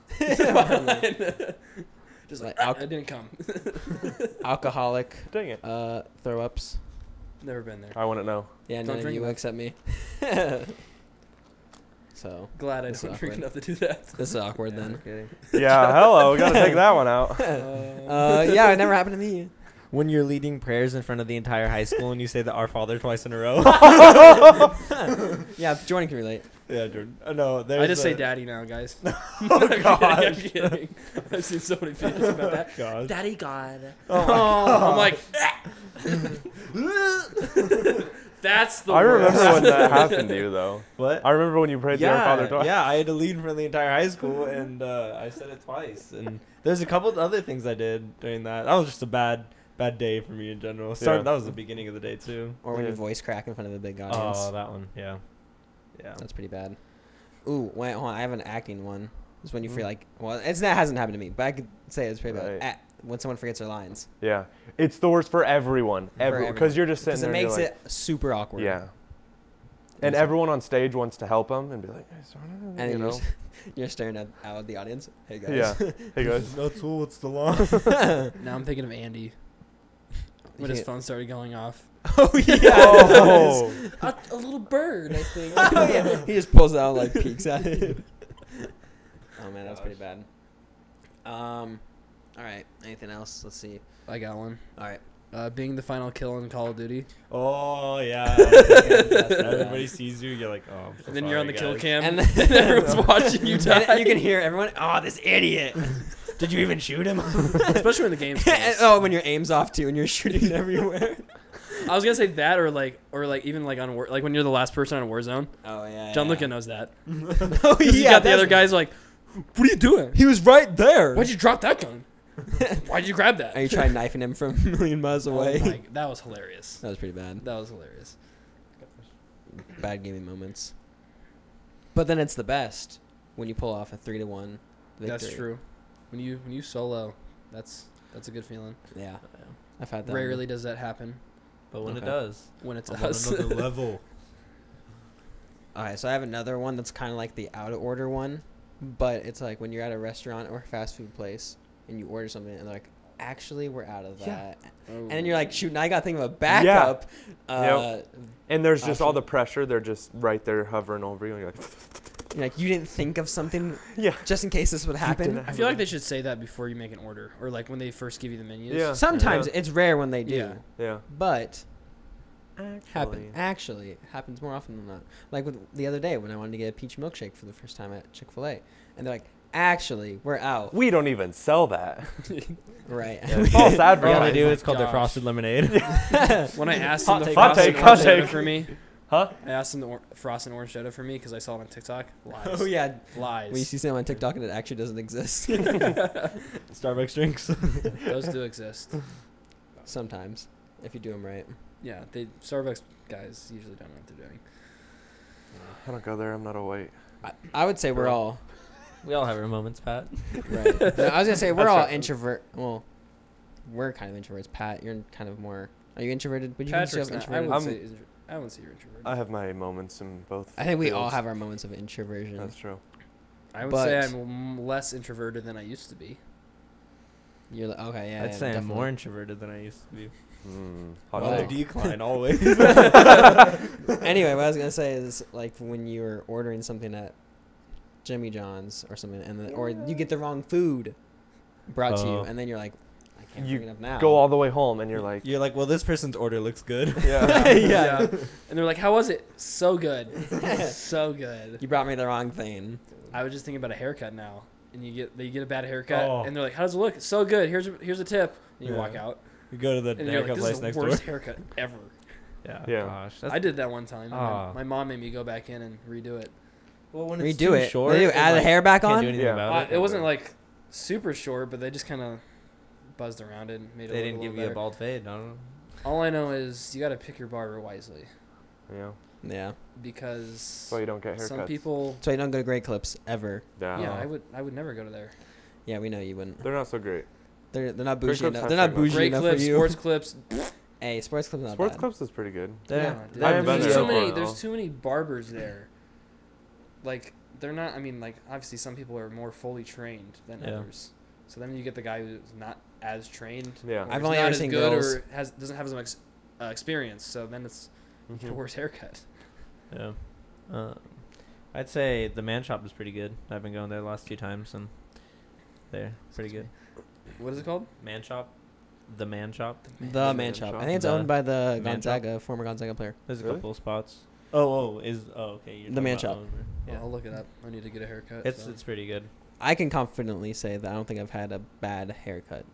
S3: just
S2: Like
S3: like
S2: alc-
S3: I didn't come. *laughs*
S2: Alcoholic
S4: Dang it.
S2: uh, throw ups.
S3: Never been there.
S4: I wouldn't *laughs* know.
S2: Yeah,
S3: Don't
S2: none of
S3: drink
S2: you
S3: them.
S2: except me. *laughs* so
S3: Glad I
S2: That's
S3: don't drink
S2: awkward.
S3: enough to do that.
S2: this is
S3: *laughs*
S2: awkward then.
S4: Yeah. Hello. Gotta take that one out. *laughs*
S2: Uh, yeah, it never happened to me.
S1: When you're leading prayers in front of the entire high school and you say the Our Father twice in a row.
S2: *laughs* Yeah, Jordan can relate.
S1: yeah, dude. Uh, no, there's
S3: I just say
S1: a-
S3: daddy now, guys.
S1: *laughs*
S2: *laughs*
S3: *laughs*
S1: Oh
S3: I'm
S1: gosh.
S3: kidding, I'm kidding. *laughs* I've seen so many videos about
S2: *laughs*
S1: *laughs*
S3: that.
S1: God.
S3: Daddy God.
S1: Oh my
S3: Oh, *laughs* I'm
S1: God.
S3: like,
S2: *laughs*
S3: that's the
S4: I
S3: worst.
S4: remember
S3: *laughs*
S4: when that happened to you though.
S1: what?
S4: I remember when you prayed the Our Father twice.
S1: yeah, I had to lead in front of the entire high school, and uh, I said it twice. And there's a couple of other things I did during that. That was just a bad, bad day for me in general. Start,
S4: Yeah.
S1: That was the beginning of the day too.
S2: Or when you
S4: Yeah.
S2: voice crack in front of a big audience.
S1: Oh, that one, yeah, yeah.
S2: That's pretty bad. Ooh, wait, hold on. I have an acting one. It's when you
S4: Mm.
S2: feel like, well, it's that hasn't happened to me, but I could say it's pretty
S4: Right.
S2: bad. A when someone forgets their lines,
S4: Yeah. It's the worst for everyone.
S2: For
S4: Every
S2: everyone.
S4: because you're just
S2: because
S4: sitting there.
S2: it
S4: and you're
S2: makes
S4: like,
S2: it super awkward.
S4: Yeah. And
S2: he's-
S4: everyone on stage wants to help him and be like, "Hey, sorry,
S2: And you're,
S4: you know,
S2: s- *laughs* you're staring at, out at the audience. Hey guys.
S4: Yeah.
S1: *laughs*
S4: hey guys.
S1: That's all. It's the law.
S4: *laughs*
S3: Now I'm thinking of
S2: *laughs*
S3: Andy when his
S2: Yeah.
S3: phone started going off.
S2: *laughs* *laughs* oh yeah.
S4: Oh,
S3: a, a little bird, I think.
S2: oh yeah. He just pulls it out like peeks at it. *laughs* oh man, that was pretty bad. Um, all right. Anything else? Let's see.
S3: I got one.
S2: All right.
S3: Uh, being the final kill in Call of Duty,
S1: Oh yeah.
S4: *laughs*
S1: Everybody sees you. You're like, oh. I'm so
S3: and then you're on the
S1: sorry,
S3: kill
S1: guys.
S3: cam, *laughs*
S2: And
S3: and,
S2: then- *laughs*
S3: everyone's watching you
S2: Um, And
S3: die.
S2: you can hear everyone. Oh, this idiot! Did you even shoot
S1: *laughs*
S2: him?
S3: especially when the *laughs* game's
S2: And-
S3: close.
S2: *laughs* oh, when your aim's off too, and you're shooting *laughs* everywhere.
S3: I was gonna say that, or like, or like even like on War, like when you're the last person on Warzone.
S2: Oh yeah.
S3: John Luca knows that.
S2: *laughs* Oh
S3: Because you got the
S2: that's-
S3: other guys like, what are you doing?
S2: He was right there.
S3: Why'd you drop that
S2: *laughs*
S3: gun? Why'd you grab that?
S2: Are you trying knifing him from *laughs* a million miles
S3: Oh
S2: away?
S3: my- that was hilarious.
S2: *laughs* that was pretty bad.
S3: That was hilarious.
S2: Bad gaming moments. But then it's the best when you pull off a three to one. Victory.
S3: That's true. When you when you solo, that's that's a good feeling.
S2: Yeah, I've had that.
S3: Rarely does that happen
S1: But when
S2: Okay.
S1: it does, *laughs*
S3: when it's
S1: I'm on
S3: us. *laughs*
S1: another
S4: *laughs*
S1: level.
S2: All right, so I have another one that's kind of like the out of order one, but it's like when you're at a restaurant or a fast food place and you order something and they're like, actually, we're out of
S3: Yeah.
S2: that.
S3: Oh.
S2: And then you're like, shoot, now I got to think of a backup. Uh,
S4: and there's just all
S2: Awesome.
S4: the pressure. They're just right there hovering over you. And you're like, *laughs*
S2: you're like, you didn't think
S3: *laughs*
S2: of something
S4: yeah.
S2: just in case this would happen.
S4: didn't-
S3: I feel like they should say that before you make an order, or like when they first give you the menus.
S4: Yeah.
S2: *laughs* Sometimes it's rare when they do,
S3: Yeah.
S4: Yeah.
S2: but happen
S4: Actually.
S2: actually it happens more often than not. Like with the other day when I wanted to get a peach milkshake for the first time at Chick Fil A, and they're like, actually, we're out.
S4: We don't even sell that.
S2: *laughs* Right. *laughs*
S4: False
S1: All they
S4: advertising.
S1: do is called their
S3: Gosh.
S1: frosted *laughs* lemonade.
S3: When I asked them
S4: Hot
S3: the
S4: take,
S3: frost
S4: hot
S3: and
S4: take, hot
S3: orange soda
S4: take.
S3: for me,
S4: Huh?
S3: I asked them the or- frost and orange soda for me because I saw it on
S2: *laughs*
S3: TikTok. Lies.
S2: oh yeah.
S3: Lies.
S2: When you see something on TikTok and it actually
S3: *laughs*
S2: doesn't exist.
S1: Starbucks drinks. *laughs*
S3: Those do
S2: *laughs*
S3: exist.
S2: Sometimes, if you do them right.
S3: Yeah, they Starbucks guys usually don't know what they're doing.
S4: I don't go there. I'm not a white.
S2: I, I would say we're
S3: *laughs*
S2: all.
S1: we all have our moments, Pat.
S2: Right. No, I was gonna say we're
S4: That's
S2: all
S4: right.
S2: introvert. Well, we're kind of introverts. Pat, you're kind of more. Are you introverted? Would you consider
S3: Patrick's
S2: yourself
S3: not, I
S2: introverted?
S3: would
S2: i
S4: I'm-
S3: say is- I wouldn't say you're introverted.
S4: I have my moments in both.
S2: think we all
S4: fields.
S2: have our moments of introversion.
S4: That's true.
S3: I would
S2: but-
S3: say I'm m- less introverted than I used to be.
S2: You're like, okay, yeah.
S1: I'd
S2: yeah,
S1: say I'm
S2: definitely.
S1: more introverted than I used to be.
S4: Mm, hot
S1: On the
S2: Wow.
S4: take.
S1: *laughs* decline always.
S2: *laughs* anyway, what I was gonna say is like when you're ordering something at Jimmy John's or something, and the, or you get the wrong food brought to you,
S1: Oh.
S2: and then you're like, I can't
S4: Uh-huh. You
S2: bring it up now. *laughs*
S4: Go all the way home, and *laughs* you're like,
S1: You're like, well, this person's order looks good.
S4: *laughs* *laughs*
S3: *laughs*
S4: yeah.
S3: yeah. And they're like, "How was it? So
S4: *laughs*
S3: good, *laughs* so good."
S2: You brought me the wrong thing.
S3: I was just thinking about a haircut now, and you get you get a bad haircut,
S1: Oh.
S3: and they're like, "How does it look? It's so good. Here's a, here's a tip." And you
S1: Yeah.
S3: walk out,
S1: *laughs* You go to the
S3: and you're
S1: haircut
S3: like, "This
S1: place
S3: is the
S1: next
S3: worst
S1: door. *laughs*
S3: haircut ever."
S1: Yeah.
S4: Yeah.
S1: Gosh, that's
S3: I did that one time. and my-
S1: Ah.
S3: my mom made me go back in and redo it.
S1: Well, when
S2: Redo it. Short, they do add the hair back
S1: Can't
S2: on.
S1: do anything
S4: Yeah.
S3: Uh,
S1: about it.
S3: it wasn't like super short, but they just kind of buzzed around it. And made it
S1: They
S3: look
S1: didn't
S3: a
S1: give you
S3: little
S1: a
S3: better.
S1: bald fade. I don't know.
S3: All I know is you got to pick your barber wisely
S4: yeah.
S2: Yeah.
S3: because
S4: So you don't get haircuts.
S3: some people.
S2: So you don't go to Great Clips ever.
S4: Yeah.
S3: Yeah, I would. I would never go to there.
S2: Yeah, we know you wouldn't.
S4: They're not so great.
S2: They're they're not
S4: Great
S2: bougie
S4: Clips
S2: enough.
S4: has
S2: They're not
S4: great ones.
S2: bougie
S3: Great
S2: enough
S3: clips,
S2: for you.
S3: sports clips.
S2: *laughs* Hey, sports clips not
S4: Sports
S2: bad.
S4: Clubs is pretty good.
S1: They're-
S3: dude.
S1: they're
S4: I've been
S3: there's
S4: there
S3: so
S4: before
S3: many.
S4: now.
S3: There's too many barbers there. Like they're not. I mean, like obviously some people are more fully trained than
S1: Yeah.
S3: others. So then you get the guy who's not as trained.
S4: Yeah.
S3: or
S2: I've
S3: is
S2: only
S3: not
S2: ever
S3: as
S2: seen
S3: good
S2: girls-
S3: or has doesn't have as much uh, experience. So then it's
S4: Mm-hmm.
S3: you
S2: Mm-hmm.
S3: get a worse haircut. *laughs*
S1: Yeah. Uh, I'd say the man shop is pretty good. I've been going there the last two times and they're pretty good.
S3: What is it called?
S1: Man shop, the man shop.
S2: The man shop. I think it's
S1: The
S2: owned by the
S1: Man Shop?
S2: Gonzaga, former Gonzaga player.
S1: There's a
S4: Really?
S1: couple of spots. Oh, oh, is oh okay. You're
S2: The
S1: talking
S2: Man
S1: about
S2: Shop.
S1: Oliver.
S3: Yeah, I'll look it up. I need to get a haircut.
S1: It's
S3: so. *laughs*
S1: it's pretty good.
S2: I can confidently say that I don't think I've had a bad haircut.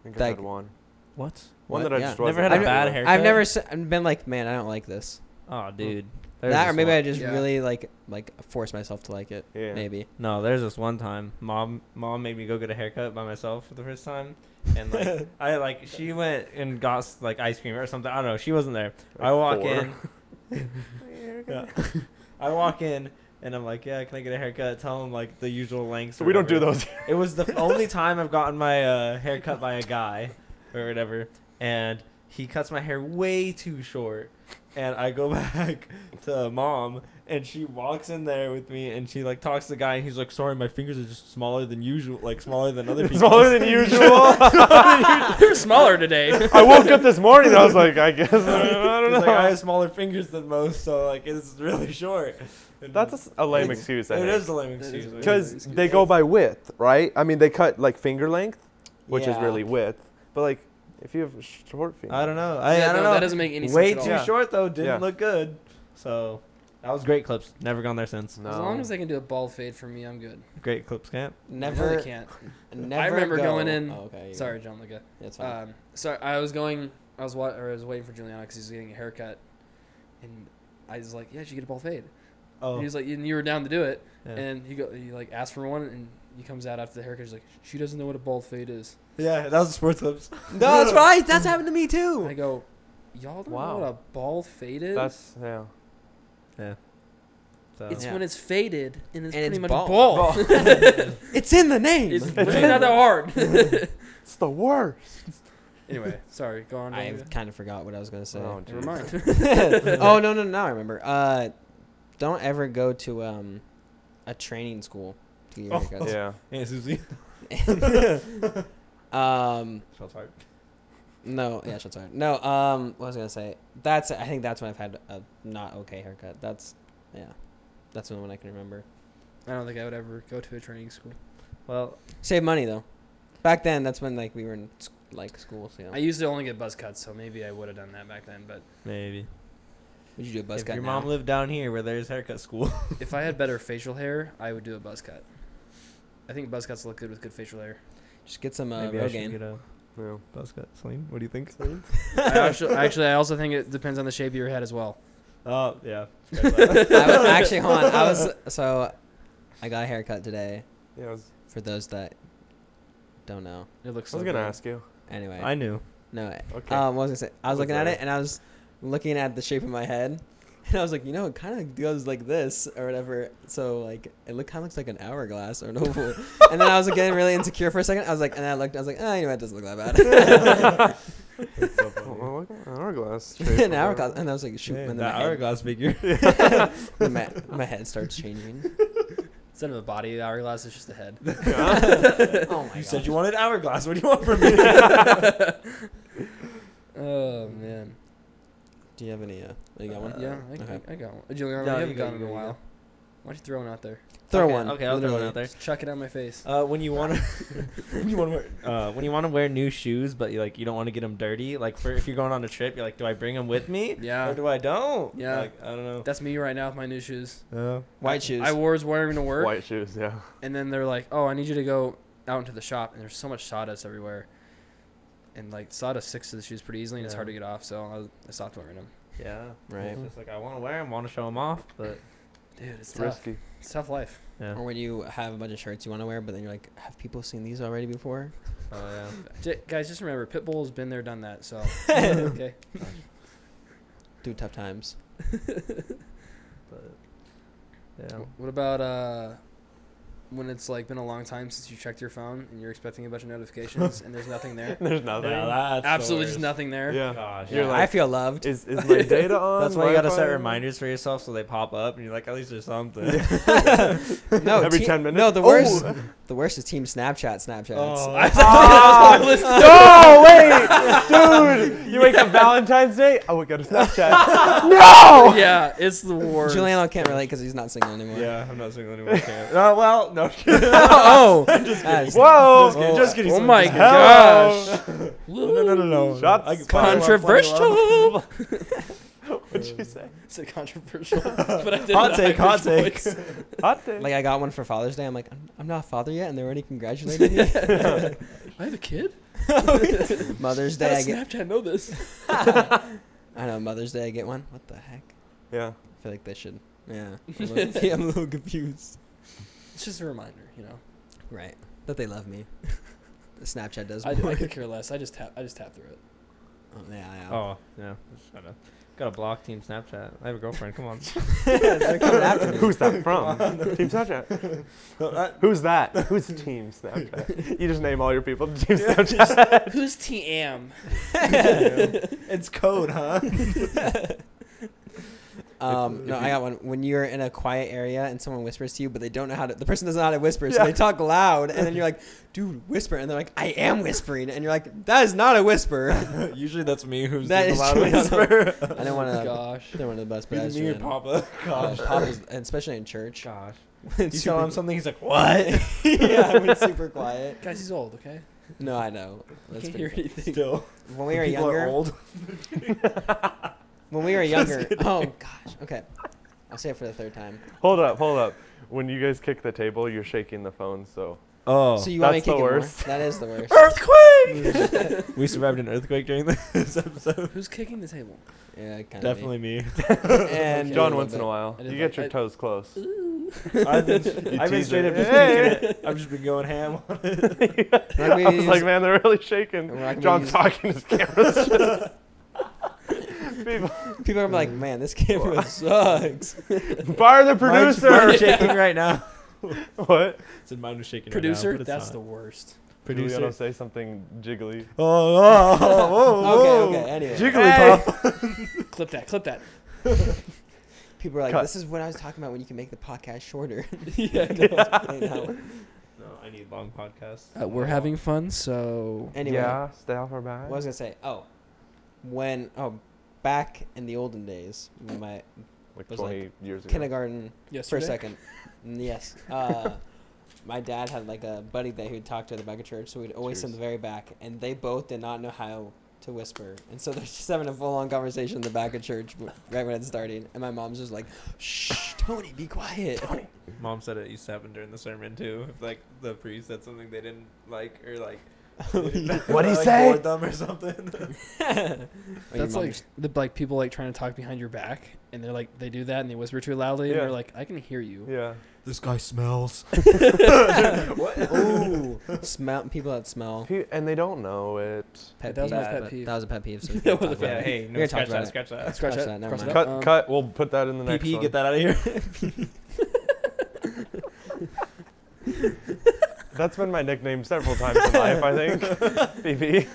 S4: I think
S2: Like-
S4: I had one.
S1: What?
S4: One
S2: What?
S4: that I
S2: Yeah.
S4: just
S1: Never
S4: wasn't
S1: had a
S4: happy
S1: bad
S4: with.
S1: haircut.
S2: I've never s- I've been like, man, I don't like this.
S1: Oh, dude.
S2: that or maybe I just
S3: Yeah.
S2: really like like force myself to like it.
S4: Yeah.
S2: Maybe.
S1: No, there's this one time, mom mom made me go get a haircut by myself for the first time, and
S4: *laughs*
S1: like I like she went and got s- like ice cream or something. I don't know. She wasn't there. I
S4: Like
S1: walk
S4: four. *laughs*
S1: in. *laughs* Yeah. I walk in and I'm like, yeah, can I get a haircut? Tell them like the usual lengths.
S4: So
S1: or
S4: we don't do
S1: whatever.
S4: those.
S1: It
S4: *laughs*
S1: was the only time I've gotten my uh, haircut by a guy or whatever, and He cuts my hair way too short, and I go *laughs* back to mom, and she walks in there with me, and she like talks to the guy, and he's like, "Sorry, my fingers are just smaller than usual, like smaller than
S4: *laughs*
S1: other people."
S4: Smaller
S1: *laughs*
S4: than usual.
S3: They're smaller
S2: *laughs*
S3: today.
S4: I woke up this morning and I was like, *laughs* I guess *laughs* I don't know.
S1: He's like, I have smaller fingers than most, so like it's really short. And
S4: That's a s- a, lame
S1: It's-
S4: excuse. I
S1: it
S4: think.
S1: is a lame
S3: is
S1: excuse.
S3: a lame
S4: because they go by width, right? I mean, they cut like finger length, which is
S1: Yeah.
S4: really width, but like if you have short fingers,
S1: I don't know. I,
S3: Yeah,
S1: I don't
S3: no,
S1: know.
S3: That doesn't make any
S1: Way
S3: sense.
S1: too
S3: at all.
S4: all.
S1: short though. Didn't
S4: Yeah.
S1: look good. So that was great clips. Never gone there since.
S4: No.
S3: As long as they can do a bald fade for me, I'm good.
S1: Great clips camp.
S3: No,
S2: Never.
S3: they can't.
S2: Never.
S3: remember
S2: go-
S3: going in-
S2: Oh, okay, you-
S3: Sorry, John Luca.
S2: That's fine.
S3: Um, sorry, I was going. I was wa- or I was waiting for Juliana because he was getting a haircut, and I was like, "Yeah, you should get a bald fade."
S1: Oh,
S3: And he was like, "And you were down to do it."
S1: yeah.
S3: And you go, you like ask for one, and he comes out after the haircut. He's like, "She doesn't know what a bald fade is."
S1: yeah, that was sports clips.
S2: no, that's right. That's happened to me
S3: And I
S2: too.
S3: go, "Y'all don't
S4: Wow.
S3: know what a bald fade is?
S4: that's yeah.
S1: So.
S3: it's
S2: Yeah.
S3: when it's faded and it's
S2: And
S3: pretty
S2: it's
S3: much
S2: bald.
S3: uh, bald.
S1: Oh. *laughs*
S2: It's in the
S3: *laughs*
S2: name. *laughs*
S3: it's really not that hard." *laughs*
S4: It's the worst.
S3: anyway, sorry. Go on.
S2: I
S3: David.
S2: kind of forgot what I was gonna say. *laughs*
S4: Oh,
S3: Never mind.
S2: oh no no now I remember. Uh, don't ever go to um, a training school to get your
S1: Oh.
S2: haircuts.
S4: *laughs* Yeah.
S1: Aunt Susie.
S2: Um,
S1: Shots hard.
S2: no, yeah, shots fired. No, um, what was I gonna say? That's I think that's when I've had a not okay haircut. That's yeah, that's the only one I can remember.
S3: *laughs* I don't think I would ever go to a training school.
S1: Well,
S2: Save money though. Back then, that's when like we were in s- like school. So you know.
S3: I used to only get buzz cuts, so maybe I would have done that back then. But
S1: maybe.
S2: would you do a buzz
S1: if
S2: cut
S1: your
S2: now?
S1: mom lived down here where there's haircut school.
S3: if I had better facial hair, I would do a buzz cut. I think buzz cuts look good with good facial
S4: *laughs*
S3: hair.
S2: Just get some
S1: *laughs*
S2: uh,
S1: maybe I should
S2: Rogaine.
S1: get a
S4: Yeah.
S1: buzz cut. Celine, what do you think?
S3: *laughs* I actually, actually, I also think it depends on the shape of your head as well.
S1: Oh *laughs* yeah. Scratch that.
S2: *laughs* I was, actually, hold on.
S1: *laughs*
S2: I was so I got a haircut today.
S4: Yeah. I was,
S2: For those that don't know,
S3: It looks.
S4: I was
S3: so
S4: gonna
S3: good.
S1: *laughs*
S4: ask you.
S2: anyway.
S1: I knew.
S2: No.
S4: Okay.
S2: Um, what was I say? I was
S4: What's
S2: looking at
S4: that?
S2: it and I was looking at the shape of my head, *laughs* and I was like, you know, it kind of goes like this or whatever. So like, it look kind of looks like an hourglass or an oval. and then I was getting really insecure for a second. I was like, and I looked, I was like, oh, you know, it doesn't look that
S4: *laughs*
S2: bad.
S4: Oh, well, look at
S1: *laughs*
S4: an
S2: *laughs*
S4: hourglass.
S2: an hourglass, and I was like, shoot,
S1: Shoot,
S2: and then
S1: the hourglass
S3: *laughs*
S1: figure. *laughs*
S2: Oh Head, *laughs* my, my head starts changing.
S3: Instead of a body hourglass, it's just a
S4: *laughs*
S3: head. *laughs*
S2: Oh my
S1: You
S2: god.
S1: said you wanted hourglass. What do you want from me?
S3: oh man.
S2: Do you have any? Uh, you got one?
S3: yeah, I,
S2: okay.
S3: I got one. Julian,
S1: No,
S3: I
S1: you
S3: haven't
S1: go,
S3: gotten
S1: you
S3: in
S1: go,
S3: a
S1: you
S3: while.
S1: go.
S3: Why don't you throw one out there?
S2: *laughs* Throw
S1: Okay,
S2: one.
S1: Okay, I'll throw one
S2: literally.
S1: out there.
S3: Just chuck it on my face.
S1: Uh, when you want to, *laughs* when you want to wear, uh, when you want to wear new shoes, but you like you don't want to get them dirty. Like for if you're going on a trip, you're like, do I bring them with me?
S3: Yeah.
S1: Or do I don't?
S3: Yeah.
S1: Like, I don't know.
S3: That's me right now with my new shoes.
S1: Uh,
S2: White shoes.
S3: I wore wearing to work,
S4: White shoes. Yeah.
S3: and then they're like, "Oh, I need you to go out into the shop," and there's so much sawdust everywhere, and like sawdust sticks to the shoes pretty easily, and it's
S1: Yeah.
S3: hard to get off. So I, I stopped wearing them.
S1: yeah.
S2: Right.
S1: It's just like I want to wear them, want to show them off, but
S3: Dude, it's
S4: It's
S3: tough.
S4: risky. *laughs*
S3: It's tough life.
S1: yeah.
S2: Or when you have a bunch of shirts you want to wear, but then you're like, have people seen these already before?
S1: Oh yeah.
S3: J- guys, just remember, Pitbull's been there, done that. So okay,
S2: Dude, tough times.
S1: But yeah.
S3: What about uh, when it's like been a long time since you checked your phone and you're expecting a bunch of notifications and there's nothing
S4: *laughs*
S3: there?
S4: There's nothing.
S1: that's
S3: Absolutely just nothing there.
S1: *laughs*
S4: Yeah.
S1: Gosh.
S4: You're
S2: Yeah,
S4: like-
S2: I feel loved.
S4: Is is my data
S1: *laughs*
S4: on?
S1: That's why you gotta set
S4: Wi-Fi? *laughs*
S1: reminders for yourself so they pop up, and you're like, at least there's something.
S2: No,
S4: *laughs* Every
S2: te-
S4: 10 minutes?
S2: No, the
S4: Oh!
S2: worst. The worst is Team Snapchat. Snapchats.
S1: *laughs* Oh.
S3: *laughs*
S4: Ah,
S3: That was my
S1: *laughs*
S4: no, wait, dude. You wake up Valentine's Day. I would go
S1: *laughs*
S4: to Snapchat. *laughs* no.
S3: yeah, it's the worst.
S2: Juliano can't relate because he's not single anymore.
S4: *laughs*
S1: yeah, I'm not single anymore.
S3: *laughs*
S1: Can't. Oh well, no.
S2: *laughs* oh, that is-
S4: Whoa.
S1: Just kidding, just kidding,
S3: oh
S1: Celine,
S3: my
S1: just kidding.
S3: gosh.
S1: *laughs* No, no, no, no, no.
S4: Shots
S1: I can- *laughs*
S3: Controversial.
S4: What'd you say?
S3: Is it *laughs* controversial? but I did
S1: Hot
S3: an
S1: take, hot
S3: Irish *laughs*
S1: take.
S3: voice.
S4: Hot day.
S2: Like I got one for Father's Day. I'm like, I'm, I'm not a father yet, and they're already congratulating
S4: *laughs*
S3: *laughs*
S2: me.
S3: I have a kid. *laughs*
S2: *laughs* Mother's
S3: How does
S2: Day, Oh, I get.
S3: Snapchat know this?
S2: *laughs* I know Mother's Day, I get one. What the heck?
S4: yeah.
S2: I feel like they should. Yeah, I'm a little, *laughs* I'm a little confused.
S3: It's just a reminder, you know.
S2: Right, that they love me. *laughs* Snapchat does.
S3: I, I
S2: more.
S3: could care less. I just tap. I just tap through it.
S2: Oh, yeah, yeah.
S1: Oh yeah. Shut up. Got a block team Snapchat. I have a girlfriend. Come on.
S2: *laughs* They're coming after me.
S4: Who's
S1: *laughs*
S4: that from? Team Snapchat. Who's that? Who's Team Snapchat? You just name all your people
S1: *laughs*
S4: to Team
S2: *laughs*
S4: Snapchat.
S3: Who's TM?
S1: it's code, huh?
S2: Um,
S4: if
S2: no,
S4: you-
S2: I got one. When you're in a quiet area and someone whispers to you, but they don't know how to, the person doesn't know how to whisper, so
S4: Yeah.
S2: they talk loud, and
S4: *laughs*
S2: then you're like, dude, whisper. And they're like, I am whispering. And you're like, that is not a
S4: *laughs*
S2: whisper.
S1: *laughs* Usually that's me who's
S2: That
S1: doing
S2: is
S1: the loud
S2: true.
S1: whisper. *laughs*
S2: I don't want to,
S3: Oh, Gosh.
S2: they're one of the best, but I
S1: Who's
S2: just
S1: me and
S2: really-
S1: Papa?
S2: *laughs* uh,
S1: Gosh.
S2: pop is- and especially in church.
S1: Gosh.
S2: When
S1: You
S2: *laughs* it's
S1: tell
S2: super-
S1: him
S2: *laughs*
S1: something, *laughs* he's like, what?
S2: yeah,
S4: *laughs*
S2: when it's super quiet.
S3: Guys, he's old, okay?
S2: No, I know.
S3: I
S2: That's
S3: can't
S2: pretty
S3: hear
S2: funny.
S3: anything.
S1: Still.
S4: *laughs*
S2: When we were
S1: People are
S2: younger,
S1: old.
S2: when we were
S4: *laughs*
S2: younger, oh gosh, okay, I'll say it for the third time.
S4: hold up, hold up. When you guys kick the table, you're shaking the phone, so
S1: Oh.
S2: so you want me
S4: that's
S2: to
S4: the
S2: kick it more?
S4: worst.
S2: That is the worst.
S4: *laughs*
S1: earthquake! we survived an earthquake during this *laughs* episode.
S3: *laughs* Who's kicking the table?
S2: Yeah, kind of.
S1: Definitely me.
S2: And
S4: John
S2: a little
S4: once in a
S2: bit.
S4: while.
S3: I
S4: You
S3: didn't
S4: get
S3: like-
S4: your
S3: I-
S4: toes close.
S1: I've *laughs* been,
S4: You
S1: I've been
S4: tease
S1: straight
S4: it.
S1: up just thinking it. I've just been going ham *laughs* on it.
S2: Like we
S4: *laughs* I was
S2: use-
S4: like, man, they're really
S2: We're not gonna
S4: shaking. John's
S2: use- *laughs*
S4: talking his camera's *laughs* just People,
S2: People are like, man, this camera sucks.
S4: fire the
S1: Mine's- mine's
S4: producer.
S1: shaking right now.
S4: *laughs* what?
S1: *laughs* It's in mine was shaking
S3: Producer?
S1: right now. but
S3: That's
S1: it's
S3: the
S1: not.
S3: worst.
S4: Juliano,
S1: producer.
S4: say something jiggly.
S1: *laughs* Oh, *laughs* oh, oh, whoa,
S2: okay,
S1: whoa.
S2: okay. Anyway,
S1: Jigglypuff.
S3: clip that, clip that.
S2: people are like,
S4: Cut.
S2: this is what I was talking about when you can make the podcast shorter. *laughs*
S3: yeah,
S2: No, I know.
S1: *laughs* No, I need long podcasts.
S3: Uh, we're having fun, so.
S2: Anyway,
S4: Yeah, stay off our
S2: what
S4: back.
S2: was I gonna say? Oh, when oh, back in the olden days, when my
S4: like
S2: was
S4: 20 years ago.
S2: kindergarten
S3: Yes,
S2: for a second. Mm, Yes. Uh, *laughs* my dad had like a buddy that he would talk to at the back of church, so we'd always sit in the
S4: Cheers.
S2: very back, and they both did not know how to whisper, and so they're just having a full-on conversation in the back of church w- right when it's starting, and my mom's just like, "Shh, Tony, be quiet."
S1: Mom said it used to happen during the sermon too. If like the priest said something they didn't like or *laughs* like.
S4: What'd
S1: *laughs*
S4: he
S1: like,
S4: say?
S1: bored them or something.
S2: Or your
S3: That's
S2: mom
S3: like
S2: just-
S3: the like people like trying to talk behind your back, and they're like they do that and they whisper too loudly, and
S4: Yeah.
S3: they're like, I can hear you.
S4: Yeah.
S1: *laughs* this guy smells.
S2: *laughs* ooh, smell people that smell.
S4: Pe- And they don't know it.
S2: Pet
S3: That was
S2: peeve,
S3: my
S1: pet
S2: but
S3: peeve.
S2: That was a pet peeve.
S4: *laughs*
S2: So we
S3: That
S2: can't
S3: was a pet
S2: talk about
S1: *laughs* yeah,
S2: it.
S1: hey,
S2: We're
S1: no
S2: gonna talk
S1: scratch that.
S2: about
S1: Scratch that.
S3: Scratch,
S2: Scratch
S3: that.
S2: that, never
S3: cross it
S2: mind.
S3: out.
S4: Cut,
S3: Um,
S4: cut. We'll put that in the next
S1: PP,
S4: one.
S1: get that out of here.
S4: That's been my nickname several times in life, I think.
S1: *laughs*
S4: PP.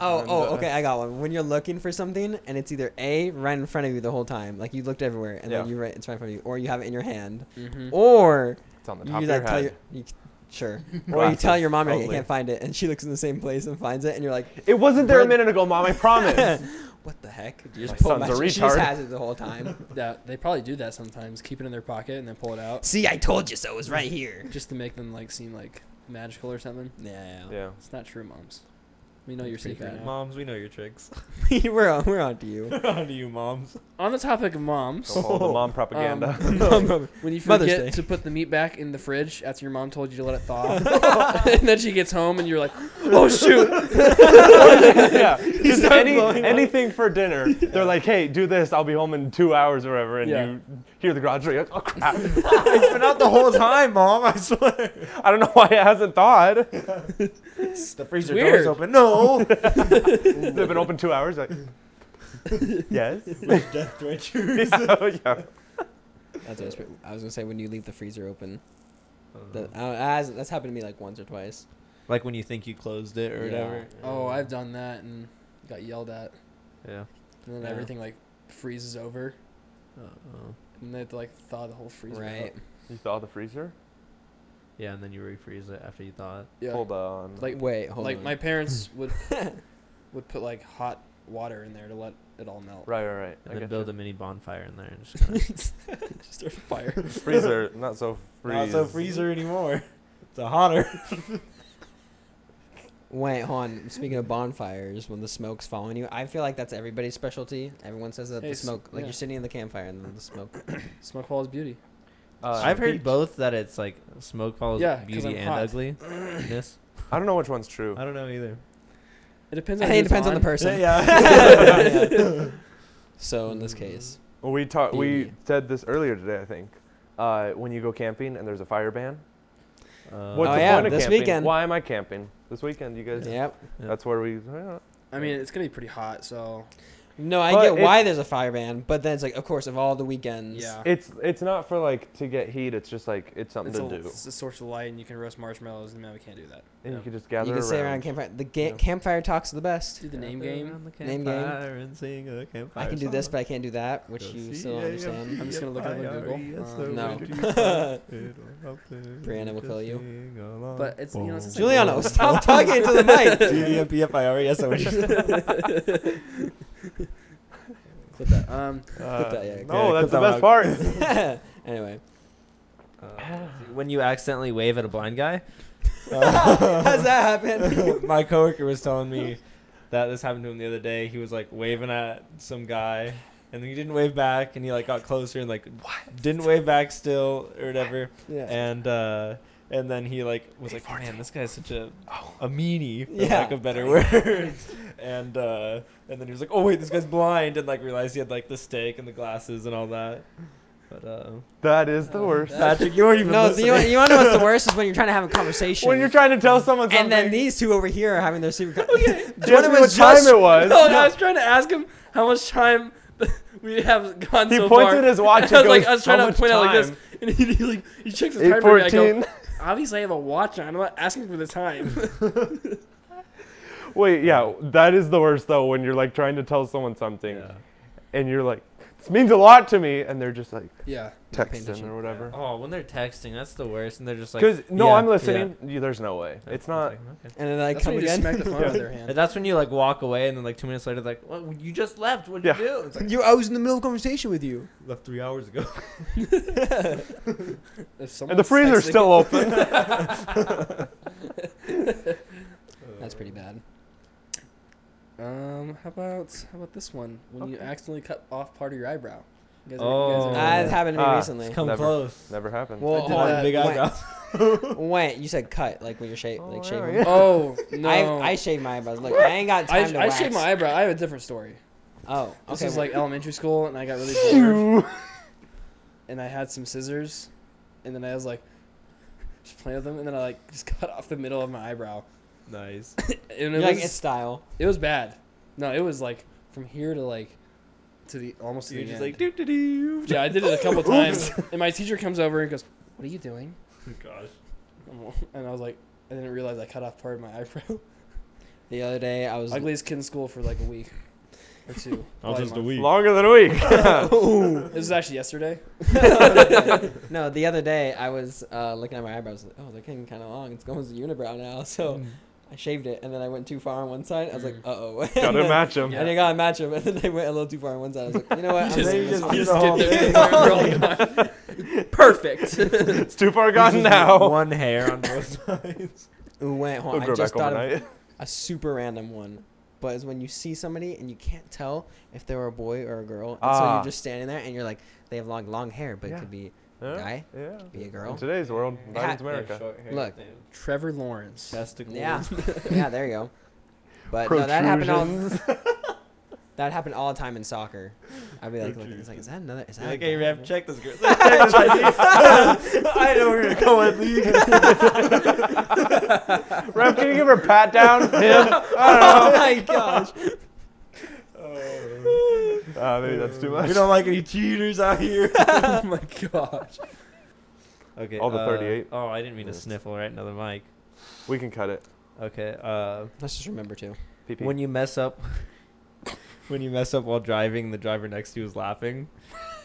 S2: Oh,
S4: And,
S2: oh,
S4: uh,
S2: okay, I got one. When you're looking for something and it's either A, right in front of you the whole time, like you looked everywhere and then
S4: Yeah.
S2: you right, it's right in front of you, or you have it in your hand,
S3: Mhm.
S2: or
S4: It's on the
S2: you
S4: top
S2: like
S4: of your
S2: tell
S4: head.
S2: your you,
S4: *laughs*
S2: sure, or you tell
S4: Glasses,
S2: your mom you're like, I
S4: probably.
S2: can't find it, and she looks in the same place and finds it, and you're like,
S4: It wasn't there a
S2: Red-
S4: minute ago, Mom.
S1: *laughs*
S4: I *laughs* promise.
S2: *laughs* what the heck? You
S4: My
S2: just pull
S4: son's
S2: my
S4: a
S2: she just
S4: retard.
S2: has it the whole
S4: *laughs*
S2: time.
S3: Yeah, they probably do that sometimes. Keep it in their pocket and then pull it out
S2: See, I told you so. It was right here.
S3: just to make them like seem like magical or something.
S2: Yeah,
S4: yeah.
S3: It's not true, moms. We know your
S2: Pretty
S3: secret.
S2: bad.
S3: now.
S1: moms, we know your *laughs* tricks.
S2: *laughs* we're on, we're on to
S4: *laughs*
S2: you. *laughs*
S1: on to you, moms.
S3: On the topic of moms,
S4: Don't follow
S1: *laughs*
S4: the
S1: Um,
S4: mom propaganda. *laughs*
S3: when you
S2: Mother's Day.
S3: forget to put the meat back in the fridge after your mom told you to let it thaw,
S4: *laughs*
S3: *laughs* and then she gets home and you're like, oh shoot,
S1: *laughs*
S4: yeah. Just any, anything for dinner. They're like, hey, do this. I'll be home in two hours or whatever. And
S3: Yeah.
S4: you hear the garage door. You're like, oh, crap.
S1: *laughs* it's been out the whole time, mom. I swear.
S4: *laughs* I don't know why it
S1: *laughs*
S4: hasn't thawed.
S1: The freezer
S3: Weird.
S1: door's open. *laughs* No.
S4: They've been open two hours.
S1: *laughs*
S4: Like, yes. *laughs*
S1: Which death tortures. *laughs*
S4: yeah, *laughs* yeah.
S2: That's what I was, I was gonna say when you leave the freezer open. That,
S3: Uh-huh.
S2: I don't- that's- that's happened to me like once or twice.
S1: Uh, Like when you think you closed it or
S2: Yeah.
S1: whatever.
S3: oh I've done that and got yelled at,
S1: Yeah.
S3: and then
S2: Yeah.
S3: everything like freezes over, and they have to like thaw the whole freezer.
S2: Right.
S3: out.
S4: You thaw the freezer?
S1: Yeah, and then you refreeze it after you thaw it.
S3: Yeah.
S4: Hold on.
S3: Like
S2: Wait, hold
S3: like
S2: on.
S3: my
S4: *laughs*
S3: parents would would put like hot water in there to let it all melt.
S4: right, right, right.
S1: And
S4: I
S1: then
S4: get
S1: build
S4: you.
S1: a mini bonfire in there. And *laughs* just kinda
S3: Just *laughs* start a fire.
S4: *laughs* freezer. Not so freeze.
S1: Not so freezer anymore. It's a hotter.
S2: Wait, hold on. Speaking of bonfires, when the smoke's following you, I feel like that's everybody's specialty. Everyone says that
S3: Hey,
S2: the
S3: s-
S2: smoke, like
S3: yeah.
S2: you're sitting in the campfire and then the smoke.
S3: Smoke follows beauty.
S4: Uh,
S1: I've heard
S4: peach.
S1: both that it's like smoke follows
S3: Yeah, 'cause
S1: beauty
S3: I'm
S1: and *laughs*
S3: hot.
S1: ugliness.
S4: I don't know which one's true.
S1: I don't know either.
S3: It
S4: *laughs*
S3: depends.
S2: I
S3: on
S2: think *laughs* it
S3: who's
S2: depends on the person. Yeah. *laughs* So in
S3: Mm.
S2: this case,
S4: Well, we talked. We
S2: Beauty.
S4: said this earlier today, I think. Uh, when you go camping and there's a fire ban,
S1: Uh,
S4: what's
S2: Oh,
S4: the
S2: yeah,
S4: point of
S2: this
S4: camping?
S2: weekend.
S4: Why am I camping this weekend? You guys.
S2: yep.
S1: Yeah.
S4: That's where we.
S3: I mean, it's gonna be pretty hot, so
S2: No, I
S4: But
S2: get
S4: it's-
S2: why there's a fire ban, but then it's like, of course, of all the weekends.
S3: Yeah.
S4: It's it's not for like to get heat. It's just like it's something
S3: It's a,
S4: to do,
S3: it's a source of light, and you can roast marshmallows, and man, we can't do that.
S4: and
S3: Yeah.
S4: you can just
S2: You
S4: gather
S2: can sit around
S4: around.
S2: campfire. The ga-
S4: Yeah.
S2: campfire talks are the best.
S3: Do the name game.
S2: Name game. campfire I can do this, but I can't do that, which you still don't understand.
S3: I'm just gonna look it up on Google.
S2: Um, No. *laughs* Brianna will kill you.
S3: But it's you know it's just like-
S2: *laughs* Juliano, stop talking to the mic.
S1: *laughs*
S3: Clip that.
S4: *laughs*
S3: Um, *laughs*
S4: Uh,
S2: that, *laughs* yeah,
S4: no,
S1: yeah, clip
S4: that's the
S1: that
S4: best part.
S2: *laughs* anyway,
S1: when you accidentally wave at a blind guy.
S2: *laughs* how's that
S1: *laughs*
S2: happen?
S1: my coworker was telling me that this happened to him the other day. He was like waving at some guy, and then he didn't wave back, and he like got closer and like didn't wave back still or
S2: *laughs*
S1: whatever.
S2: yeah.
S1: And uh, and then he like was like, "Oh, man, this guy's such a a meanie, for
S2: Oh. Yeah.
S1: lack of
S2: *laughs*
S1: better word. and uh, and then he was like, oh wait, this guy's blind, and like realized he had like the steak and the glasses and all that. But uh,
S4: That is the worst.
S1: Patrick, you weren't even
S2: No,
S1: listening.
S2: you, you want to know what's the worst is when you're trying to have a conversation.
S4: *laughs* when you're trying to tell someone something,
S2: and then these two over here are having their secret. Con-
S4: just
S2: Jordan
S4: what
S2: was
S4: time
S2: just-
S4: it
S3: *laughs*
S4: was.
S3: no, no, I was trying to ask him how much time *laughs* we have gone
S4: He
S3: so
S4: points
S3: far.
S4: at his watch
S3: And *laughs* I was
S4: and
S3: like,
S4: goes,
S3: I was trying
S4: "How
S3: to
S4: much
S3: point out like this,
S4: time?"
S3: *laughs* and he, he like he checks his
S4: Eight
S3: time for me. I go,
S4: fourteen.
S3: obviously I have a watch on. I'm not asking for the
S4: *laughs*
S3: time.
S4: Wait, yeah, that is the worst though. When you're like trying to tell someone something,
S1: Yeah.
S4: and you're like, "This means a lot to me," and they're just like
S3: yeah.
S2: Not paying
S4: texting
S2: attention.
S4: or whatever.
S1: Oh, when they're texting, that's the worst, and they're just like,
S4: Because no,
S1: yeah,
S4: I'm
S1: yeah.
S4: listening. You, there's no way. It's not.
S2: and then I
S3: That's
S2: come
S3: when you just
S2: again.
S3: smack the phone out of their
S1: And
S3: hand.
S1: that's when you like walk away, and then like two minutes later, like, well, you just left. What
S4: Yeah.
S1: did you do? It's like
S2: You, I was in the middle of conversation with you.
S1: left three hours ago.
S3: If
S4: And the
S3: someone's
S4: freezer's
S3: texting-
S4: still open.
S2: That's pretty bad.
S3: Um, how about how about this one? When you accidentally cut off part of your eyebrow. You guys
S1: Oh.
S2: That happened to me
S1: *laughs*
S4: Ah,
S2: recently.
S1: Come
S4: Never.
S1: close.
S4: Never happened.
S2: Well,
S3: I
S2: hold
S3: did
S2: on.
S3: that.
S1: big
S2: Went-
S1: eyebrows.
S4: *laughs*
S2: Went. You said cut, like when you're shaved,
S4: Oh,
S2: like
S4: yeah,
S2: shaving.
S4: yeah.
S3: *laughs* oh no!
S2: I, I shaved my eyebrows. Look, I ain't got
S3: I,
S2: time to
S3: I
S2: wax.
S3: shaved my eyebrow. I have a different story.
S2: Oh,
S3: This
S2: okay.
S3: was like elementary school, and I got really bored, and I had some scissors, and then I was like, just playing with them, and then I like just *laughs* cut off the middle of my eyebrow,
S1: *laughs* Nice.
S3: and
S2: You're
S3: it
S2: like
S3: was
S2: it's style.
S3: it was bad. No, it was like from here to like to the almost to
S1: You're
S3: the
S1: just
S3: end.
S1: like doo doo doo. *laughs*
S3: yeah, I did it a couple times, and my teacher comes over and goes, "What are you doing?"
S1: Gosh.
S3: And I was like, I didn't realize I cut off part of my eyebrow.
S2: The other day I was *laughs*
S3: Ugliest kid in school for like a week
S1: *laughs*
S3: or two. Probably a month.
S4: Longer than a week. *laughs*
S3: This was actually yesterday.
S2: *laughs* no, the other day I was uh, looking at my eyebrows. Like, oh, they're getting kind of long. It's going to unibrow now. *laughs*
S1: Oh.
S2: So
S1: Mm.
S2: I shaved it, and then I went too far on one side. I was like,
S3: Mm.
S2: uh *laughs* oh.
S4: Gotta match him.
S3: Yeah.
S2: And I gotta match them, *laughs* and then I went a little too far on one side. I was like, you
S4: *laughs*
S2: know what? I'm
S3: Just-
S2: leaving this
S3: just-
S2: one.
S3: just get there and wear it for all
S4: *laughs*
S1: *laughs*
S2: Perfect.
S4: It's too far gone now.
S1: One hair on
S4: *laughs*
S1: both sides.
S2: Ooh, wait, hold on.
S4: It'll
S2: I
S4: grow
S2: just
S4: back
S2: thought of
S4: overnight.
S2: a super random one, but it's when you see somebody and you can't tell if they were a boy or a girl, and so
S4: Ah.
S2: you're just standing there and you're like, they have long, long hair, but
S4: Yeah.
S2: it could be a
S4: *laughs* Yeah.
S2: guy,
S4: yeah.
S2: could be a
S4: In
S2: girl.
S4: today's world,
S2: Ha-
S4: Biden's America.
S2: Look.
S3: Trevor Lawrence.
S1: Testicles. *laughs*
S2: Yeah, *laughs* yeah, there you go. But no, that happened all. *laughs* That happened all the time in soccer. I'd be like, looking, it's like, is that another? Is that?
S1: You're
S2: a
S1: Like, hey,
S2: guy?"
S1: we have to check this girl. *laughs*
S2: *laughs*
S4: *laughs*
S3: *laughs*
S1: I know we're gonna go and leave.
S4: Rev, can you give her a pat down? Him?
S2: oh my gosh!
S4: Uh, maybe that's too much.
S1: We don't like any cheaters out here.
S3: oh my gosh.
S1: Okay.
S4: All the
S1: uh,
S4: 38.
S1: Oh, I didn't mean to
S4: Yes.
S1: sniffle right another mic.
S4: We can cut it.
S1: Okay. Uh,
S2: Let's just remember too.
S4: PP.
S1: when you mess up, *laughs* when you mess up while driving, the driver next to you is
S4: *laughs*
S1: laughing.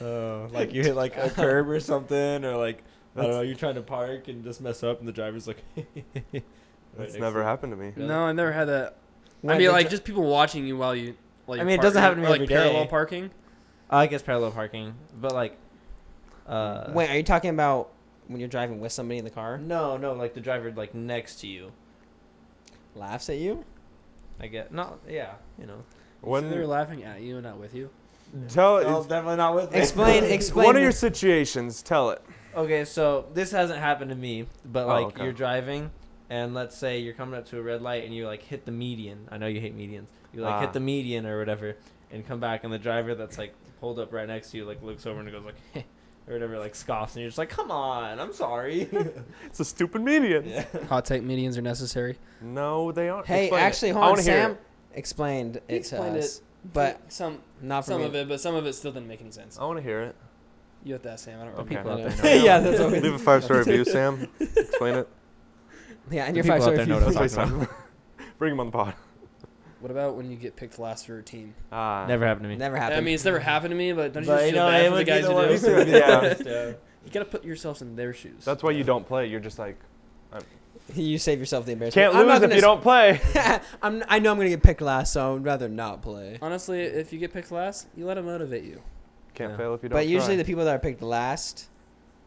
S1: Uh, like you hit like a curb or something, or like I don't know, you're trying to park and just mess up, and the driver's like. *laughs* right
S4: That's
S1: next
S4: never
S1: to
S4: happened to me.
S1: Really?
S3: No, I never had that.
S2: When
S3: I mean,
S2: the
S3: like
S2: dri-
S3: just people watching you while you. Like,
S1: I mean, it doesn't happen to me
S3: or, like
S1: every day.
S3: parallel parking.
S1: you. I guess parallel parking, but like. Uh,
S2: Wait, are you talking about when you're driving with somebody in the car?
S1: No, no, like the driver like next to you.
S2: Laughs at you?
S1: I get not. Yeah, you know.
S3: so they're
S4: When
S3: laughing at you and not with you.
S4: tell
S1: No, definitely not with me.
S2: *laughs*
S4: *laughs*
S1: *laughs*
S2: Explain. Explain.
S4: one of your situations, tell it.
S1: Okay, so this hasn't happened to me, but
S4: Oh,
S1: like
S4: okay.
S1: you're driving, and let's say you're coming up to a red light and you like hit the median. I know you hate medians. You like
S4: Ah.
S1: hit the median or whatever, and come back, and the driver that's like pulled up right next to you like looks over and goes like, *laughs* or whatever, like scoffs, and you're just like, come on, I'm sorry.
S4: *laughs* It's a stupid median.
S1: *laughs*
S3: Hot take medians are necessary.
S4: No, they aren't.
S3: Oh,
S2: Hey,
S4: Explain it.
S2: actually,
S4: I
S2: hold on,
S4: wanna hear
S2: Sam
S4: it.
S2: explained it
S3: He
S2: to
S3: explained
S2: us. But
S3: some
S2: not for
S3: some
S2: me.
S3: of it, but some of it still didn't make any
S1: Oh.
S3: sense.
S4: I want to
S2: *laughs*
S4: hear it.
S3: You have to ask Sam. I don't
S4: Okay.
S3: remember.
S2: People
S1: Yeah,
S2: out
S3: *laughs*
S2: there know.
S3: yeah, that's what we
S4: Leave a
S2: *laughs*
S4: five star review, Sam. Explain it.
S2: *laughs* Yeah, and
S1: The
S2: your
S1: people
S2: five star
S1: out there know
S2: review.
S1: what I'm
S4: That's what he's
S1: talking
S4: talking about. *laughs* Bring him on the pod.
S3: What about when you get picked last for your team?
S4: Ah.
S1: Never happened to me.
S2: Never happened.
S3: I mean, it's never happened to me, but don't you
S1: But,
S3: just
S1: you
S3: feel
S1: know, it
S3: bad for the
S1: would be
S3: guys
S1: the
S3: who
S1: worst
S3: do?
S4: one. Yeah.
S3: *laughs* You gotta put yourselves in their shoes.
S4: That's why you don't play. You're just like
S2: *laughs* you save yourself the embarrassment.
S4: can't lose if you don't play.
S2: don't. *laughs* I'm, I know I'm gonna get picked last, so I'd rather not play.
S3: Honestly, if you get picked last, you let them motivate you.
S4: Can't
S1: Yeah.
S4: fail if you don't.
S2: But usually
S4: try.
S2: the people that are picked last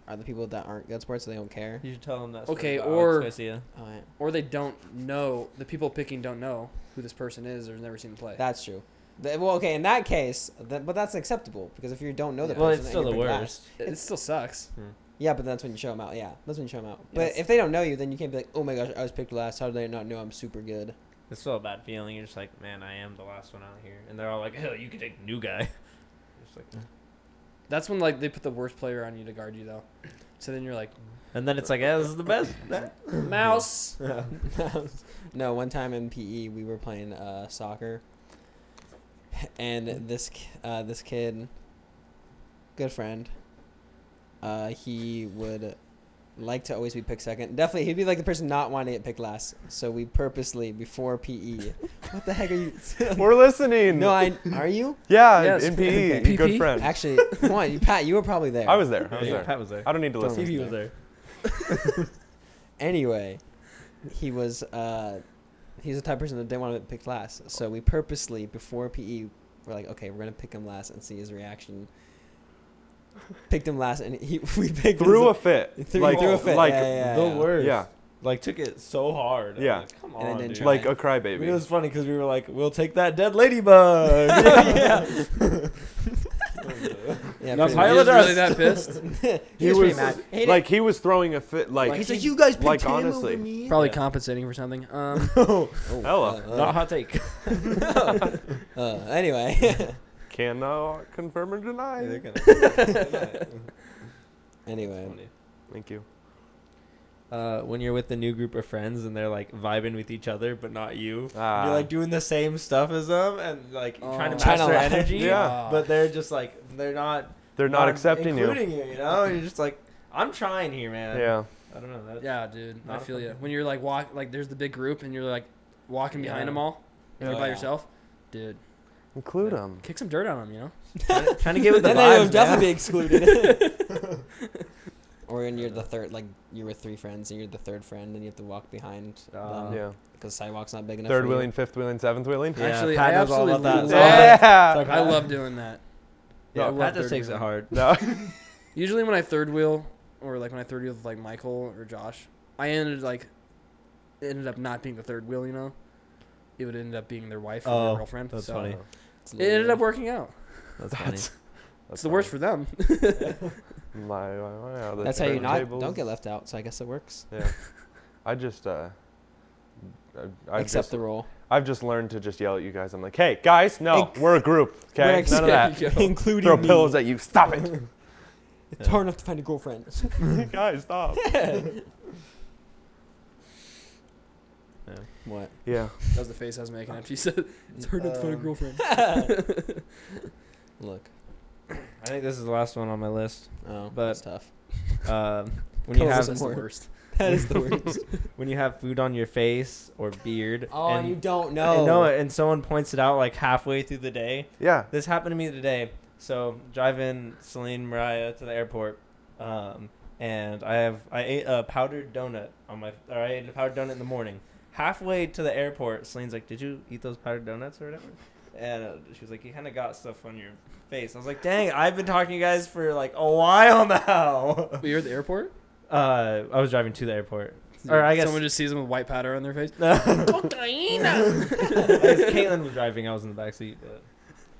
S2: are the people that aren't good sports, so they don't care.
S1: You should tell them that.
S3: story Okay, about Alex or-
S2: All right,
S3: Or they don't know the people picking don't know who this person is or have never seen them play.
S2: that's true. Th- well, okay, in that case, th- but that's acceptable because if you don't know the
S3: Yeah.
S1: Well, it's
S2: person, and
S1: still
S2: you're
S1: the
S2: picked
S1: worst.
S2: last-
S3: it, it still sucks.
S2: Yeah, but that's when you show them out. Yeah, that's when you show them out.
S3: Yes.
S2: But if they don't know you, then you can't be like, oh my gosh, I was picked last. How do they not know I'm super good?
S1: It's still a bad feeling. You're just like, man, I am the last one out here, and they're all like, hell, you could take the new guy. *laughs* Just like-
S3: That's when like they put the worst player on you to guard you though. So then you're like,
S1: and then it's like, yeah, this is the
S4: *laughs*
S1: best.
S3: mouse.
S2: *laughs* no, one time in PE we were playing uh, soccer, and this ki- uh, this kid, good friend, uh, he would like to always be picked second. Definitely, he'd be like the person not wanting to get picked last. So we purposely before PE. what the heck are you?
S4: *laughs* we're listening.
S2: no, I are
S4: *laughs*
S2: you
S4: Yeah,
S3: Yes.
S4: in PE,
S3: Okay.
S4: good
S3: PP?
S4: friend.
S2: actually? Come on, you, Pat, you were probably there.
S4: I was there. I was
S1: Yeah,
S4: there.
S1: Pat was there.
S4: I don't need to
S2: Don't-
S4: listen.
S1: Stevie was there.
S2: anyway, he was uh, he was the type of person that didn't want to pick last. So we purposely before PE we're like, okay, we're gonna pick him last and see his reaction. Picked him last, and he *laughs* we picked
S4: Threw a
S2: his,
S4: fit.
S2: threw,
S4: like,
S2: threw a fit.
S4: Like,
S2: yeah, yeah,
S1: the
S2: yeah. *laughs*
S1: worst.
S4: Yeah.
S1: Like took it so hard. I'm
S4: Yeah.
S1: like, come
S2: And then
S1: on,
S2: didn't
S1: dude.
S2: try.
S4: like a crybaby.
S1: It was funny because we were like, "We'll take that dead
S2: *laughs*
S4: *laughs*
S1: ladybug."
S2: Yeah,
S1: Now Tyler
S2: pretty
S3: He was
S2: much.
S3: really
S1: does.
S3: that pissed?
S2: he, was, pretty mad. He didn't-
S4: like he was throwing a fit. Like,
S2: he's like, you guys picked
S4: like,
S2: him
S4: honestly.
S3: *laughs*
S2: over me.
S3: Probably
S1: Yeah.
S3: compensating for something.
S2: *laughs*
S3: Um,
S2: Oh,
S4: Ella.
S2: uh,
S1: Not hot
S4: *laughs*
S1: take.
S2: uh, uh, anyway,
S4: cannot confirm or deny. it.
S1: *laughs*
S2: anyway.
S4: Thank you.
S1: uh, when you're with a new group of friends and they're like vibing with each other, but not you.
S4: Ah.
S1: you're like doing the same stuff as them and like trying to
S3: Oh.
S1: match
S2: Trying to
S1: their
S2: laugh.
S1: energy.
S4: *laughs* Yeah.
S1: But they're just like they're not.
S4: Ah, They're not accepting you.
S1: including you. You know, and you're just like, I'm trying here, man.
S4: Yeah.
S1: I don't know. That's,
S3: yeah, dude, I
S1: Not a
S3: feel you.
S1: fucking-
S3: When you're like walk, like there's the big group, and you're like walking behind
S1: Yeah.
S3: them all, and
S2: Oh,
S3: you're by
S2: yeah.
S3: yourself, dude.
S4: Include them.
S3: Kick some dirt on them, you know.
S1: Trying, to get
S2: *laughs*
S1: with the
S2: then they would
S1: vibes, man.
S2: definitely be excluded.
S1: *laughs*
S2: *laughs* or when you're the third, like you're with three friends and you're the third friend, and you have to walk behind
S1: Uh,
S2: them
S4: Yeah.
S2: because sidewalk's not big enough.
S4: Third
S2: for you.
S4: wheeling, fifth wheeling, seventh wheeling. *laughs*
S1: Yeah,
S3: Actually,
S1: Pat
S3: I
S1: knows all
S3: absolutely
S1: about that.
S3: love-
S1: Yeah.
S4: Yeah.
S3: I *laughs* love doing that.
S1: Yeah,
S3: I
S1: Pat
S3: love
S1: just
S3: third
S1: takes it
S3: wheeling.
S1: hard.
S4: No.
S3: Usually when I third wheel or like when I third wheel with like Michael or Josh, I ended like it ended up not being the third wheel, you know. It would end up being their wife or
S1: Oh,
S3: their girlfriend.
S1: that's
S3: so
S1: funny.
S2: It's
S3: It ended
S2: literally-
S3: up working out.
S1: That's funny.
S3: it's the worst for them. *laughs*
S4: My, my, my, the
S2: That's how you not don't
S4: turntables.
S2: get left out. So I guess it works.
S4: Yeah. I just uh. I, I've
S2: Accept
S4: just,
S1: *laughs*
S2: the rule.
S4: I've just learned to just yell at you guys. I'm like, hey guys, no,
S2: Ex-
S4: we're a group.
S2: We're
S4: Okay, none of that.
S3: Yo.
S2: *laughs* including
S4: Throw
S2: me.
S4: pillows at you. Stop it,
S2: *laughs* It's hard enough to find a *laughs* girlfriend.
S4: *laughs* guys.
S2: *laughs*
S4: Stop.
S2: what?
S4: Yeah.
S3: that was the face I was making after you said it's hard enough to find a
S1: Um,
S3: girlfriend.
S2: *laughs* Look.
S1: I think this is the last one on my *laughs* list.
S2: Oh,
S1: But-
S2: that's tough.
S1: Um, when you
S2: Tell us
S1: have
S3: That's the
S2: more.
S3: worst.
S2: That
S1: *laughs*
S2: is the worst.
S1: when you have food on your face or beard.
S2: oh,
S1: and,
S2: you don't
S1: and
S2: know.
S1: No, and someone points it out like halfway through the day.
S4: Yeah.
S1: This happened to me today. So driving Celine Mariah to the airport, um, and I have I ate a powdered donut on my or I ate a powdered donut in the morning. Halfway to the airport, Celine's like, "Did you eat those powdered donuts or whatever?" And uh, she was like, "You kind of got stuff on your face." I was like, "Dang, I've been talking to you guys for like a while *laughs* now."
S3: But you're at the airport?
S1: Uh, I was driving to the airport. Or I guess- *laughs*
S3: someone just sees them with white powder on their face.
S1: I guess Caitlin was driving. I was in the back seat. But.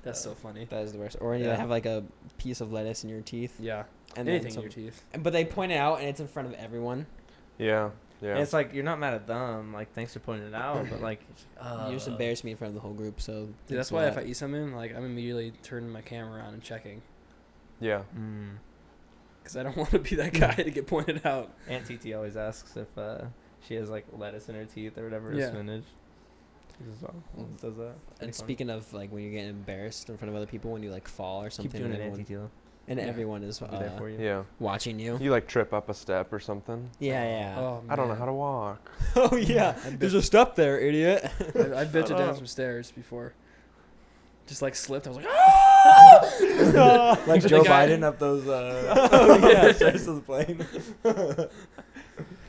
S3: That's so funny.
S2: That is the worst. Or when you
S1: Yeah.
S2: have like a piece of lettuce in your teeth.
S3: Yeah.
S2: And then
S3: Anything in
S2: some-
S3: your teeth.
S2: But they point it out, and it's in front of everyone.
S4: Yeah. Yeah.
S1: And it's like you're not mad at them. Like thanks for pointing it out, but like uh,
S2: you just embarrassed me in front of the whole group, so
S3: Oh. Dude,
S2: thanks
S3: that's
S2: a
S3: why if
S2: lot.
S3: I eat something, like I'm immediately turning my camera on and checking.
S4: yeah.
S1: Mm.
S3: Because I don't *laughs* want to be that guy to get pointed out.
S1: Aunt TT always asks if uh, she has like lettuce in her teeth or whatever, or
S3: Yeah.
S1: spinach. uh, Does that?
S2: And speaking of like when you're getting embarrassed in front of other people when you like fall or something,
S1: keep doing
S2: and,
S1: it,
S2: everyone,
S1: Auntie Tila.
S2: and
S3: Yeah.
S2: everyone is
S1: I'll be there
S2: uh,
S1: for you.
S4: *laughs* Yeah.
S2: watching you.
S4: You like trip up a step or something.
S3: Oh.
S2: Yeah, yeah.
S4: I don't know how to walk.
S2: *laughs*
S3: *laughs*
S2: Oh yeah,
S1: *laughs*
S3: I bet-
S2: there's a step there,
S3: *laughs*
S2: idiot.
S3: I, I bitched
S4: Shut
S3: down
S4: up.
S3: some stairs before. Just like slipped. I
S4: *laughs*
S3: was like, "Ah!"
S1: like
S3: *laughs* The
S1: Joe
S3: guy-
S1: Biden up those
S4: *laughs*
S1: uh,
S3: Oh,
S2: *laughs*
S3: yeah.
S1: stairs to the
S3: *laughs*
S1: plane.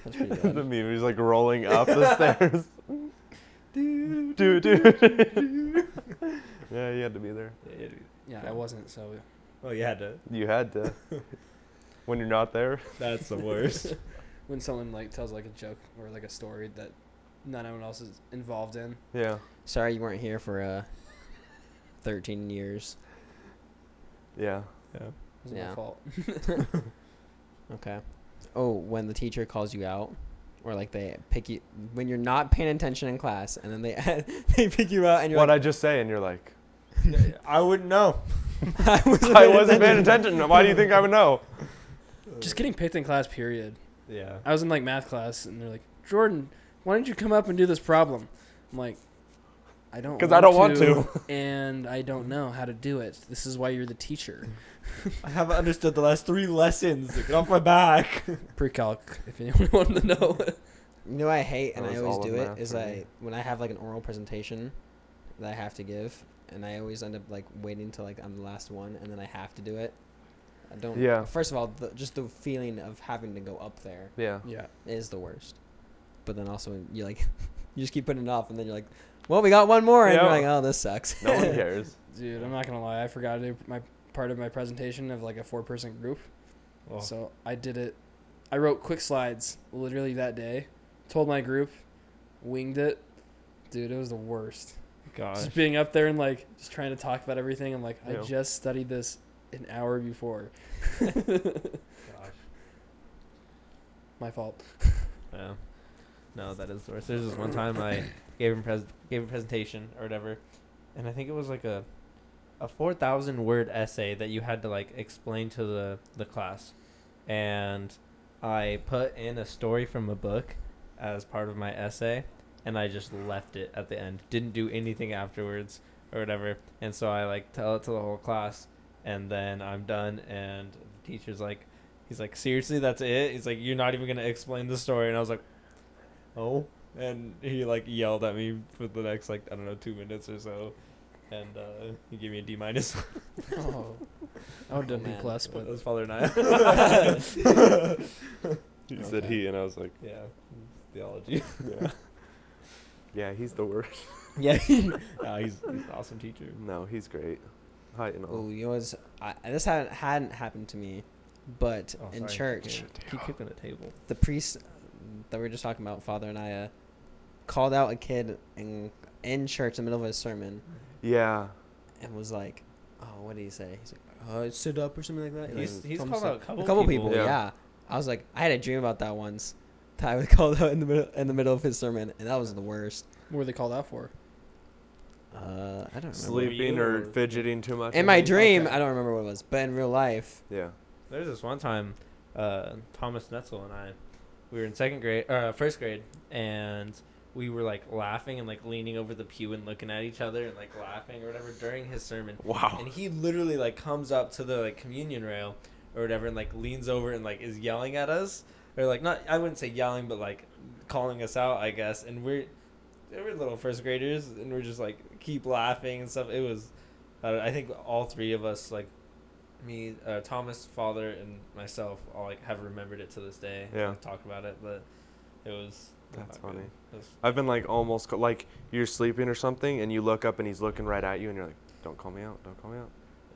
S2: That's pretty
S4: the
S2: good.
S4: meme is like rolling up *laughs* the stairs. do, do. *laughs* yeah, you had to be there.
S3: yeah, I wasn't. So
S1: Oh, you had to.
S4: You had to. *laughs* when you're not there.
S1: That's the worst.
S3: when someone like tells like a joke or like a story that not anyone else is involved in,
S4: Yeah.
S2: Sorry you weren't here for uh, 13 years.
S4: Yeah.
S3: it was not
S2: Yeah.
S3: my fault.
S1: Uh.
S2: Okay. Oh, when the teacher calls you out, or like they pick you when you're not paying attention in class, and then they *laughs* they pick you out, and you're
S4: What'd
S2: like,
S4: I just say? And you're *laughs* like,
S1: I wouldn't know.
S2: *laughs* I, wasn't
S4: I
S2: paying
S4: wasn't paying attention. Why do you think I would know?
S3: Just getting picked in class. Period.
S1: Yeah.
S3: I was in like math class, and they're like, Jordan, why don't you come up and do this problem? I'm like, I don't.
S4: 'Cause I don't want
S3: and I don't know how to do it. This is why you're the teacher.
S1: I haven't understood the last three lessons. Get off my back.
S3: Pre-calc, if anyone *laughs* wanted to know.
S2: You know what I hate, and I
S4: That was all
S2: always
S4: of
S2: do it,
S4: math
S2: is
S4: for
S2: I
S4: me.
S2: when I have like an oral presentation that I have to give, and I always end up like waiting till like I'm the last one, and then I have to do it. I don't.
S4: Yeah.
S2: First of all, the, just the feeling of having to go up there
S4: Yeah.
S3: yeah.
S2: is the worst. But then also you like, *laughs* you just keep putting it off, and then you're like, well, we got one more, and
S4: Yeah.
S2: you're like, oh, this sucks. *laughs*
S4: No one cares.
S3: Dude, I'm not gonna lie. I forgot to do my part of my presentation of like a four-person group. So I did it. I wrote quick slides literally that day. Told my group, winged it. Dude, it was the worst.
S1: gosh.
S3: Just being up there and like just trying to talk about everything. I'm like,
S4: Yeah.
S3: I just studied this an hour before. My fault.
S1: Yeah. No, that is the worst. There's this one time I *coughs* gave him pres- gave a presentation or whatever, and I think it was like a a four thousand word essay that you had to like explain to the the class, and I put in a story from a book as part of my essay, and I just left it at the end. Didn't do anything afterwards or whatever, and so I like tell it to the whole class, and then I'm done, and the teacher's like. He's like, seriously, that's it? He's like, you're not even gonna explain the story, and I was like, oh. And he like yelled at me for the next like I don't know two minutes or so, and uh, he gave me a D *laughs* minus.
S3: Oh, *laughs* I would have done B
S2: Oh, man.
S3: plus, but
S1: That was Father and *laughs* I.
S4: *laughs* He
S2: said he,
S4: and I was like,
S1: yeah, theology.
S4: yeah. *laughs* yeah, he's the worst.
S1: *laughs* Yeah, no, he's, he's an awesome teacher.
S4: No, he's great. Hi, and all.
S2: Oh, you know, what's- I, I- this hadn't, hadn't happened to me, but
S1: Oh,
S2: in
S1: sorry,
S2: church,
S1: Keep kicking- Keep kicking the table.
S2: the priest that we were just talking about, Father and I, uh, called out a kid in, in church in the middle of his sermon
S4: Yeah.
S2: and was like, "Oh, what did he say?" He's like, "Uh, sit up" or something like that. He,
S1: He's
S2: like,
S1: he's
S2: told him
S1: called
S2: to
S1: out a
S2: sit-
S1: couple,
S2: people.
S4: Yeah.
S2: yeah. I was like, I had a dream about that once. That I was *laughs* called out in the middle in the middle of his sermon, and that was the worst.
S3: what were they called out for?
S2: Uh, I don't remember.
S4: Sleeping
S1: you
S4: or
S1: or-
S4: fidgeting too much.
S2: In
S4: I
S2: my
S4: think.
S2: dream,
S3: Okay.
S2: I don't remember what it was, but in real life,
S4: Yeah.
S1: There's this one time, uh, Thomas Netzel and I, we were in second grade, uh, first grade, and we were like laughing and like leaning over the pew and looking at each other and like laughing or whatever during his sermon.
S4: Wow.
S1: And he literally like comes up to the like communion rail or whatever and like leans over and like is yelling at us or like not I wouldn't say yelling but like calling us out I guess and we're we're little first graders and we're just like keep laughing and stuff. It was I, don't- I think all three of us like me uh, Thomas father and myself all like have remembered it to this day.
S4: Yeah.
S1: Like, talk about it but it was
S4: That's
S1: not good.
S4: funny.
S1: It was-
S4: I've been like almost co- like you're sleeping or something, and you look up and he's looking right at you, and you're like, "Don't call me out! Don't call me out!"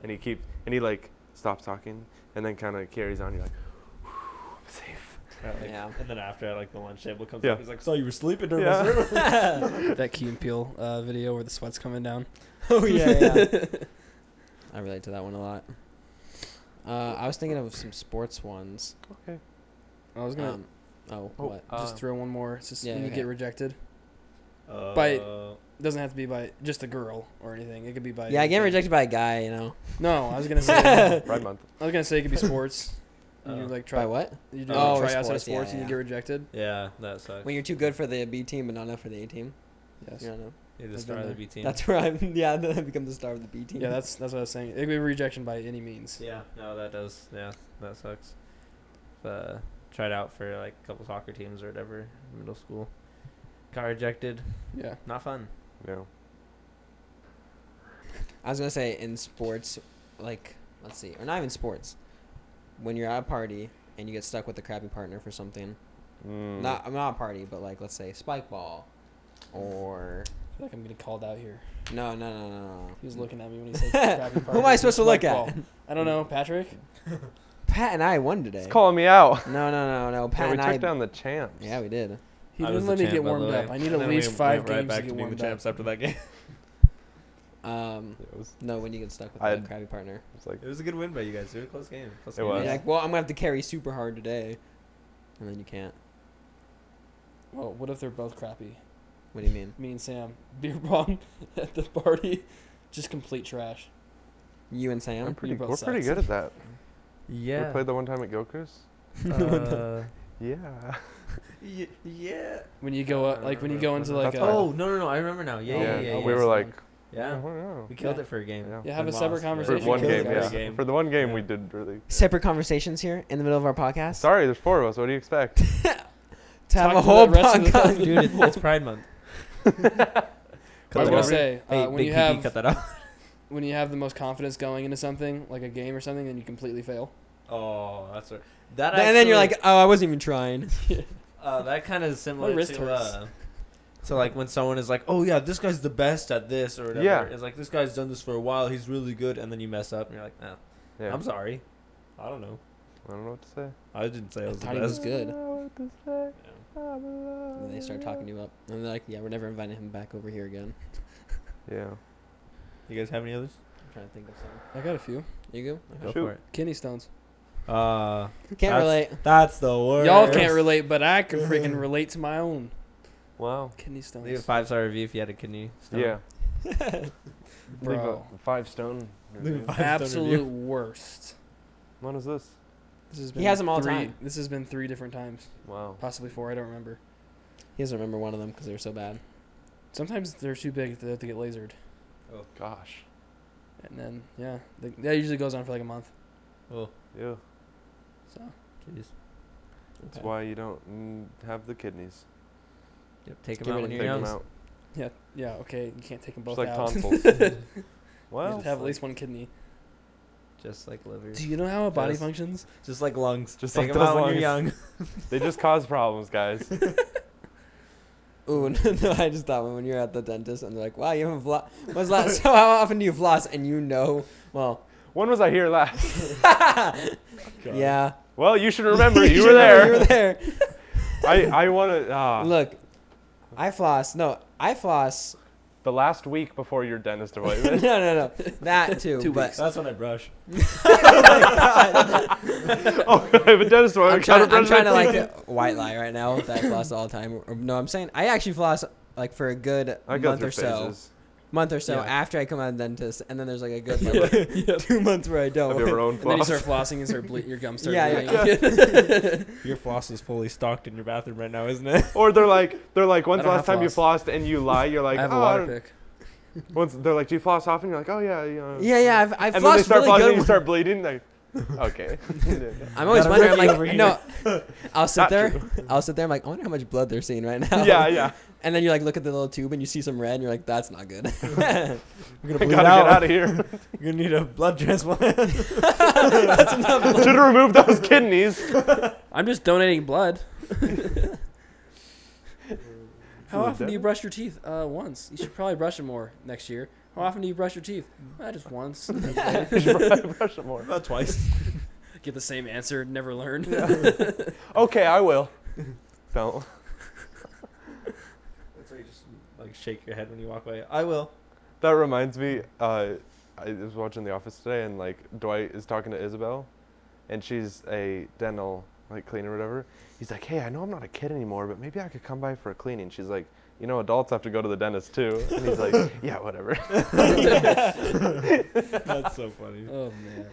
S4: And he keep and he like stops talking, and then kind of carries on. You're like, "Whew, "I'm safe."
S1: Right, like-
S2: Yeah.
S1: And then after, like the lunch table comes
S4: Yeah.
S1: up, he's like, "So you were sleeping during
S4: *laughs* Yeah.
S1: my sermon?"
S3: that Key and Peele uh, video where the sweat's coming down.
S2: oh yeah, yeah. *laughs* I relate to that one a lot. Uh, I was thinking of some sports ones.
S4: Okay.
S3: I was gonna
S2: Um, oh,
S4: Oh,
S2: *laughs* what?
S3: just
S1: Um,
S3: throw one more. It's just
S2: yeah,
S3: when you
S2: okay.
S3: get rejected.
S1: Uh,
S3: By- It doesn't have to be by just a girl or anything. It could be by
S2: Yeah, I get
S3: anything.
S2: rejected by a guy. You know,
S3: No, I was gonna say
S2: *laughs*
S4: Pride month.
S3: I was gonna say it could be sports. you
S1: Oh.
S3: like try
S2: by what?
S3: you do
S1: Oh,
S3: like try outside of
S2: sports, yeah,
S3: sports and
S2: yeah.
S3: you get rejected.
S1: yeah, that sucks.
S2: When you're too good for the B team but not enough for the A team.
S3: Yes.
S2: You don't know.
S1: You're the
S3: I've
S1: star
S3: been
S1: of the
S3: there.
S1: B team.
S2: That's where I'm. *laughs* Yeah, then I become the star of the B team.
S3: Yeah, that's that's what I was saying. It could be rejection by any means.
S1: yeah. No, that does. Yeah, that sucks. Uh, tried out for like a couple soccer teams or whatever, in middle school. Got rejected.
S3: Yeah.
S1: Not fun.
S4: No.
S2: I was gonna say in sports, like let's see, or not even sports. When you're at a party and you get stuck with a crappy partner for something,
S4: Mm.
S2: not I'm not a party, but like let's say spike ball, or
S3: I feel like I'm getting called out here.
S2: no, no, no, no, no.
S3: He was looking at me when he
S2: *laughs*
S3: said crappy
S2: Mm. Who am I
S3: party.
S2: supposed to look
S3: Like,
S2: at?
S3: well, I don't know, Patrick.
S2: Pat and I won today.
S4: It's calling me out. *laughs*
S2: No, no, no, no. Pat
S4: Yeah, we
S2: and
S4: took
S2: I.
S4: down the champs.
S2: yeah, we did.
S3: He
S1: I was
S3: didn't
S1: the
S3: let me
S1: champ,
S3: get
S1: by the
S3: warmed
S1: way.
S3: up. I need
S1: And
S3: at
S1: then we
S3: least
S1: went
S3: five
S1: right
S3: games
S1: back
S3: to
S1: to being
S3: get
S1: the
S3: warmed up.
S1: champs after that game.
S2: *laughs* Um,
S4: It was,
S2: no, when you get stuck with
S4: I-
S2: a crappy partner,
S4: it was like
S1: It was a good win by you guys. It was a close game. Close
S4: It
S1: game.
S2: You're
S4: was.
S2: like, well, I'm gonna have to carry super hard today, and then you can't.
S3: Well, Oh, what if they're both crappy?
S2: What do you mean?
S3: Me and Sam, *laughs* beer pong at the party, just complete trash.
S2: You and
S4: we're
S2: Sam?
S4: pretty,
S3: both
S4: we're pretty
S3: sucked.
S4: good at that. We
S1: Yeah.
S4: played the one time at Gokers. *laughs*
S1: uh, *laughs*
S4: Yeah.
S1: y- yeah.
S3: When you go up, like when you go into like a
S4: That's fine.
S1: oh no no no! I remember now. Yeah
S3: Oh,
S1: yeah yeah.
S3: yeah,
S1: yeah,
S4: we were
S3: That's
S4: like,
S3: fun.
S1: yeah.
S4: "Oh, yeah."
S1: We killed
S3: Yeah.
S1: it for a game.
S4: Yeah.
S3: yeah, have
S1: We
S3: a separate
S1: lost, yeah.
S4: For
S3: conversation.
S4: one
S3: kill the
S4: game,
S3: guy.
S4: yeah.
S1: guys. Game.
S4: For *laughs* the one game, we
S1: Yeah.
S4: did really.
S2: Separate conversations here in the middle of our podcast.
S4: Sorry, there's four of us. What do you expect?
S2: to have
S3: Talk
S2: a
S3: to
S2: whole
S3: the rest of the- *laughs*
S2: podcast.
S1: Dude, *laughs* it's, it's Pride
S4: *laughs*
S1: Month.
S3: I was
S4: Cut
S3: gonna
S4: that out.
S3: say
S1: Hey,
S3: uh, when
S1: Big
S3: you
S1: PP,
S3: have
S1: cut that off.
S3: when you have the most confidence going into something like a game or something, then you completely fail.
S1: *laughs* Oh, that's right. That
S2: and then you're
S1: actually-
S2: like, oh, I wasn't even trying.
S1: uh, that kind of is similar
S3: wrist
S1: to. *laughs*
S3: hurts.
S1: Uh, so like when someone is like, "Oh yeah, this guy's the best at this," or whatever.
S4: Yeah.
S1: It's like this guy's done this for a while. He's really good, and then you mess up, and you're like, "Nah,
S4: Yeah.
S1: I'm sorry. I don't know.
S4: I don't know what to say.
S1: I didn't say I
S2: I
S1: was the
S2: thought he was
S1: best."
S2: good.
S4: know what to say.
S1: Yeah.
S4: I'm
S2: And then they start talking to you up. And they're like, yeah, we're never inviting him back over here again.
S4: Yeah.
S1: You guys have any others?
S2: I'm trying to think of something.
S3: I got a few.
S2: You
S1: Go
S4: Shoot.
S1: for it.
S3: Kidney stones.
S1: Uh,
S2: go? Can't
S1: That's-
S2: relate.
S1: that's the worst.
S3: Y'all can't relate, but I can freaking relate to my own
S4: Wow.
S3: kidney
S1: Leave a
S3: stones.
S1: five star review if you had a kidney. Stone.
S4: Yeah. Leave
S3: Bro.
S4: a five stone.
S1: Leave a
S4: review.
S1: five-
S4: *laughs*
S1: star
S3: Absolute worst.
S4: When was this?
S3: This has
S2: He has 'em all the
S3: three,
S2: time.
S3: This has been three different times,
S4: Wow.
S3: possibly four. I don't remember.
S2: He doesn't remember one of them because they were so bad.
S3: Sometimes they're too big; they have to get lasered,
S1: Oh,
S4: Gosh.
S3: and then yeah, they, that usually goes on for like a month.
S1: Oh,
S4: Yeah.
S3: So
S1: jeez.
S4: That's
S2: Okay.
S4: why you don't mm, have the kidneys.
S1: Yep, take them
S2: Just give
S1: out
S2: it
S1: when
S2: a
S1: you're
S4: Take
S1: young.
S4: them out.
S3: yeah, yeah, okay. You can't take them both
S4: Just like
S3: out.
S1: *laughs*
S3: *laughs*
S4: tonsils. *laughs*
S3: You
S4: well,
S3: have to have at least one kidney.
S1: Just like liver.
S3: Do you know how a body
S1: Yes.
S3: functions?
S1: Just like lungs.
S4: Just
S1: take
S4: like
S1: them out
S4: those
S1: when you're young.
S4: they just cause problems, guys.
S2: Ooh, *laughs* no, no, I just thought when you're at the dentist and they're like, wow, you haven't flossed. When's last? *laughs* so how often do you floss? And you know, well, *laughs*
S4: when was I here last?
S2: yeah.
S4: Well, you should remember. You
S2: should
S4: were
S2: know
S4: there.
S2: *laughs* You were there.
S4: I, *laughs* I want to. Uh,
S2: Look, I floss. No, I floss.
S4: the last week before your dentist
S2: *laughs* no,
S4: appointment. *laughs*
S2: no, no.
S3: *laughs*
S2: That too.
S3: Two
S2: but *laughs*
S3: weeks.
S1: That's when I brush.
S4: *laughs* oh, I have a dentist
S2: I'm trying,
S4: appointment. Gotta
S2: I'm
S4: brush my
S2: trying to like
S4: teeth.
S2: white lie right now with that floss all the time. Or- No, I'm saying I actually floss like for a good
S4: I go
S2: month
S4: through
S2: or so,
S4: phases
S2: month or so
S3: Yeah.
S2: after I come out of the dentist, and then there's like
S3: *laughs*
S2: a good
S3: Yeah,
S2: like,
S3: yeah.
S2: *laughs* two months where I
S3: *laughs*
S4: of
S2: don't.
S4: your own
S3: And then you
S4: flaws.
S3: start flossing and start ble- your gums start
S2: Yeah,
S4: *laughs*
S3: bleeding.
S2: yeah.
S1: Your floss is fully stocked in your bathroom right now, isn't it?
S4: Or they're like, they're like, when's the
S3: don't
S4: last time
S3: have
S4: you flossed and you lie? You're like,
S3: I have
S4: oh,
S3: a
S4: I
S3: water
S4: don't-
S3: pick.
S4: Once they're like, do you floss often? You're like, oh yeah, you know.
S2: *laughs* Yeah, yeah. I've, I've
S4: And then they
S2: flossed
S4: start flossing,
S2: really
S4: and you
S2: good.
S4: start bleeding. Like,
S3: *laughs*
S4: okay.
S2: I'm always
S1: Got a
S2: wondering. I'm
S1: rookie
S2: like,
S1: over here.
S2: no,
S4: *laughs*
S2: I'll sit
S4: Not
S2: there. *laughs* I'll sit there. I'm like, I wonder how much blood they're seeing right now.
S4: *laughs*
S3: *laughs*
S4: yeah, yeah.
S2: And then you like look at the little tube and you see some red, and you're like, that's not good. *laughs* that's
S1: *laughs* You're *laughs*
S4: I
S1: gonna
S4: gotta
S1: bleed
S4: get
S1: out.
S4: out
S3: *laughs*
S4: of here.
S1: You're gonna need a blood transplant. *laughs*
S4: *laughs*
S2: not blood.
S4: Should have removed those kidneys. *laughs*
S3: I'm just donating blood. *laughs* How
S4: Ooh,
S3: often do you
S4: Devin?
S3: brush your teeth? Uh, once. You should probably brush them more next year. How often do you brush your teeth? Uh,
S4: *laughs*
S3: just once.
S4: You should probably brush it more.
S1: Not twice.
S3: Get the same answer. Never learn.
S4: Okay, I will. Don't.
S1: That's why you just like shake your head when you walk away. I will. *laughs*
S4: That reminds me, uh, I was watching The Office today, and like Dwight is talking to Isabel, and she's a dental like cleaner or whatever. He's like, "Hey, I know I'm not a kid anymore, but maybe I could come by for a cleaning." She's like, "You know, adults have to go to the dentist too." And he's like, "Yeah, whatever." *laughs*
S1: That's so *laughs* funny.
S3: *laughs* oh man.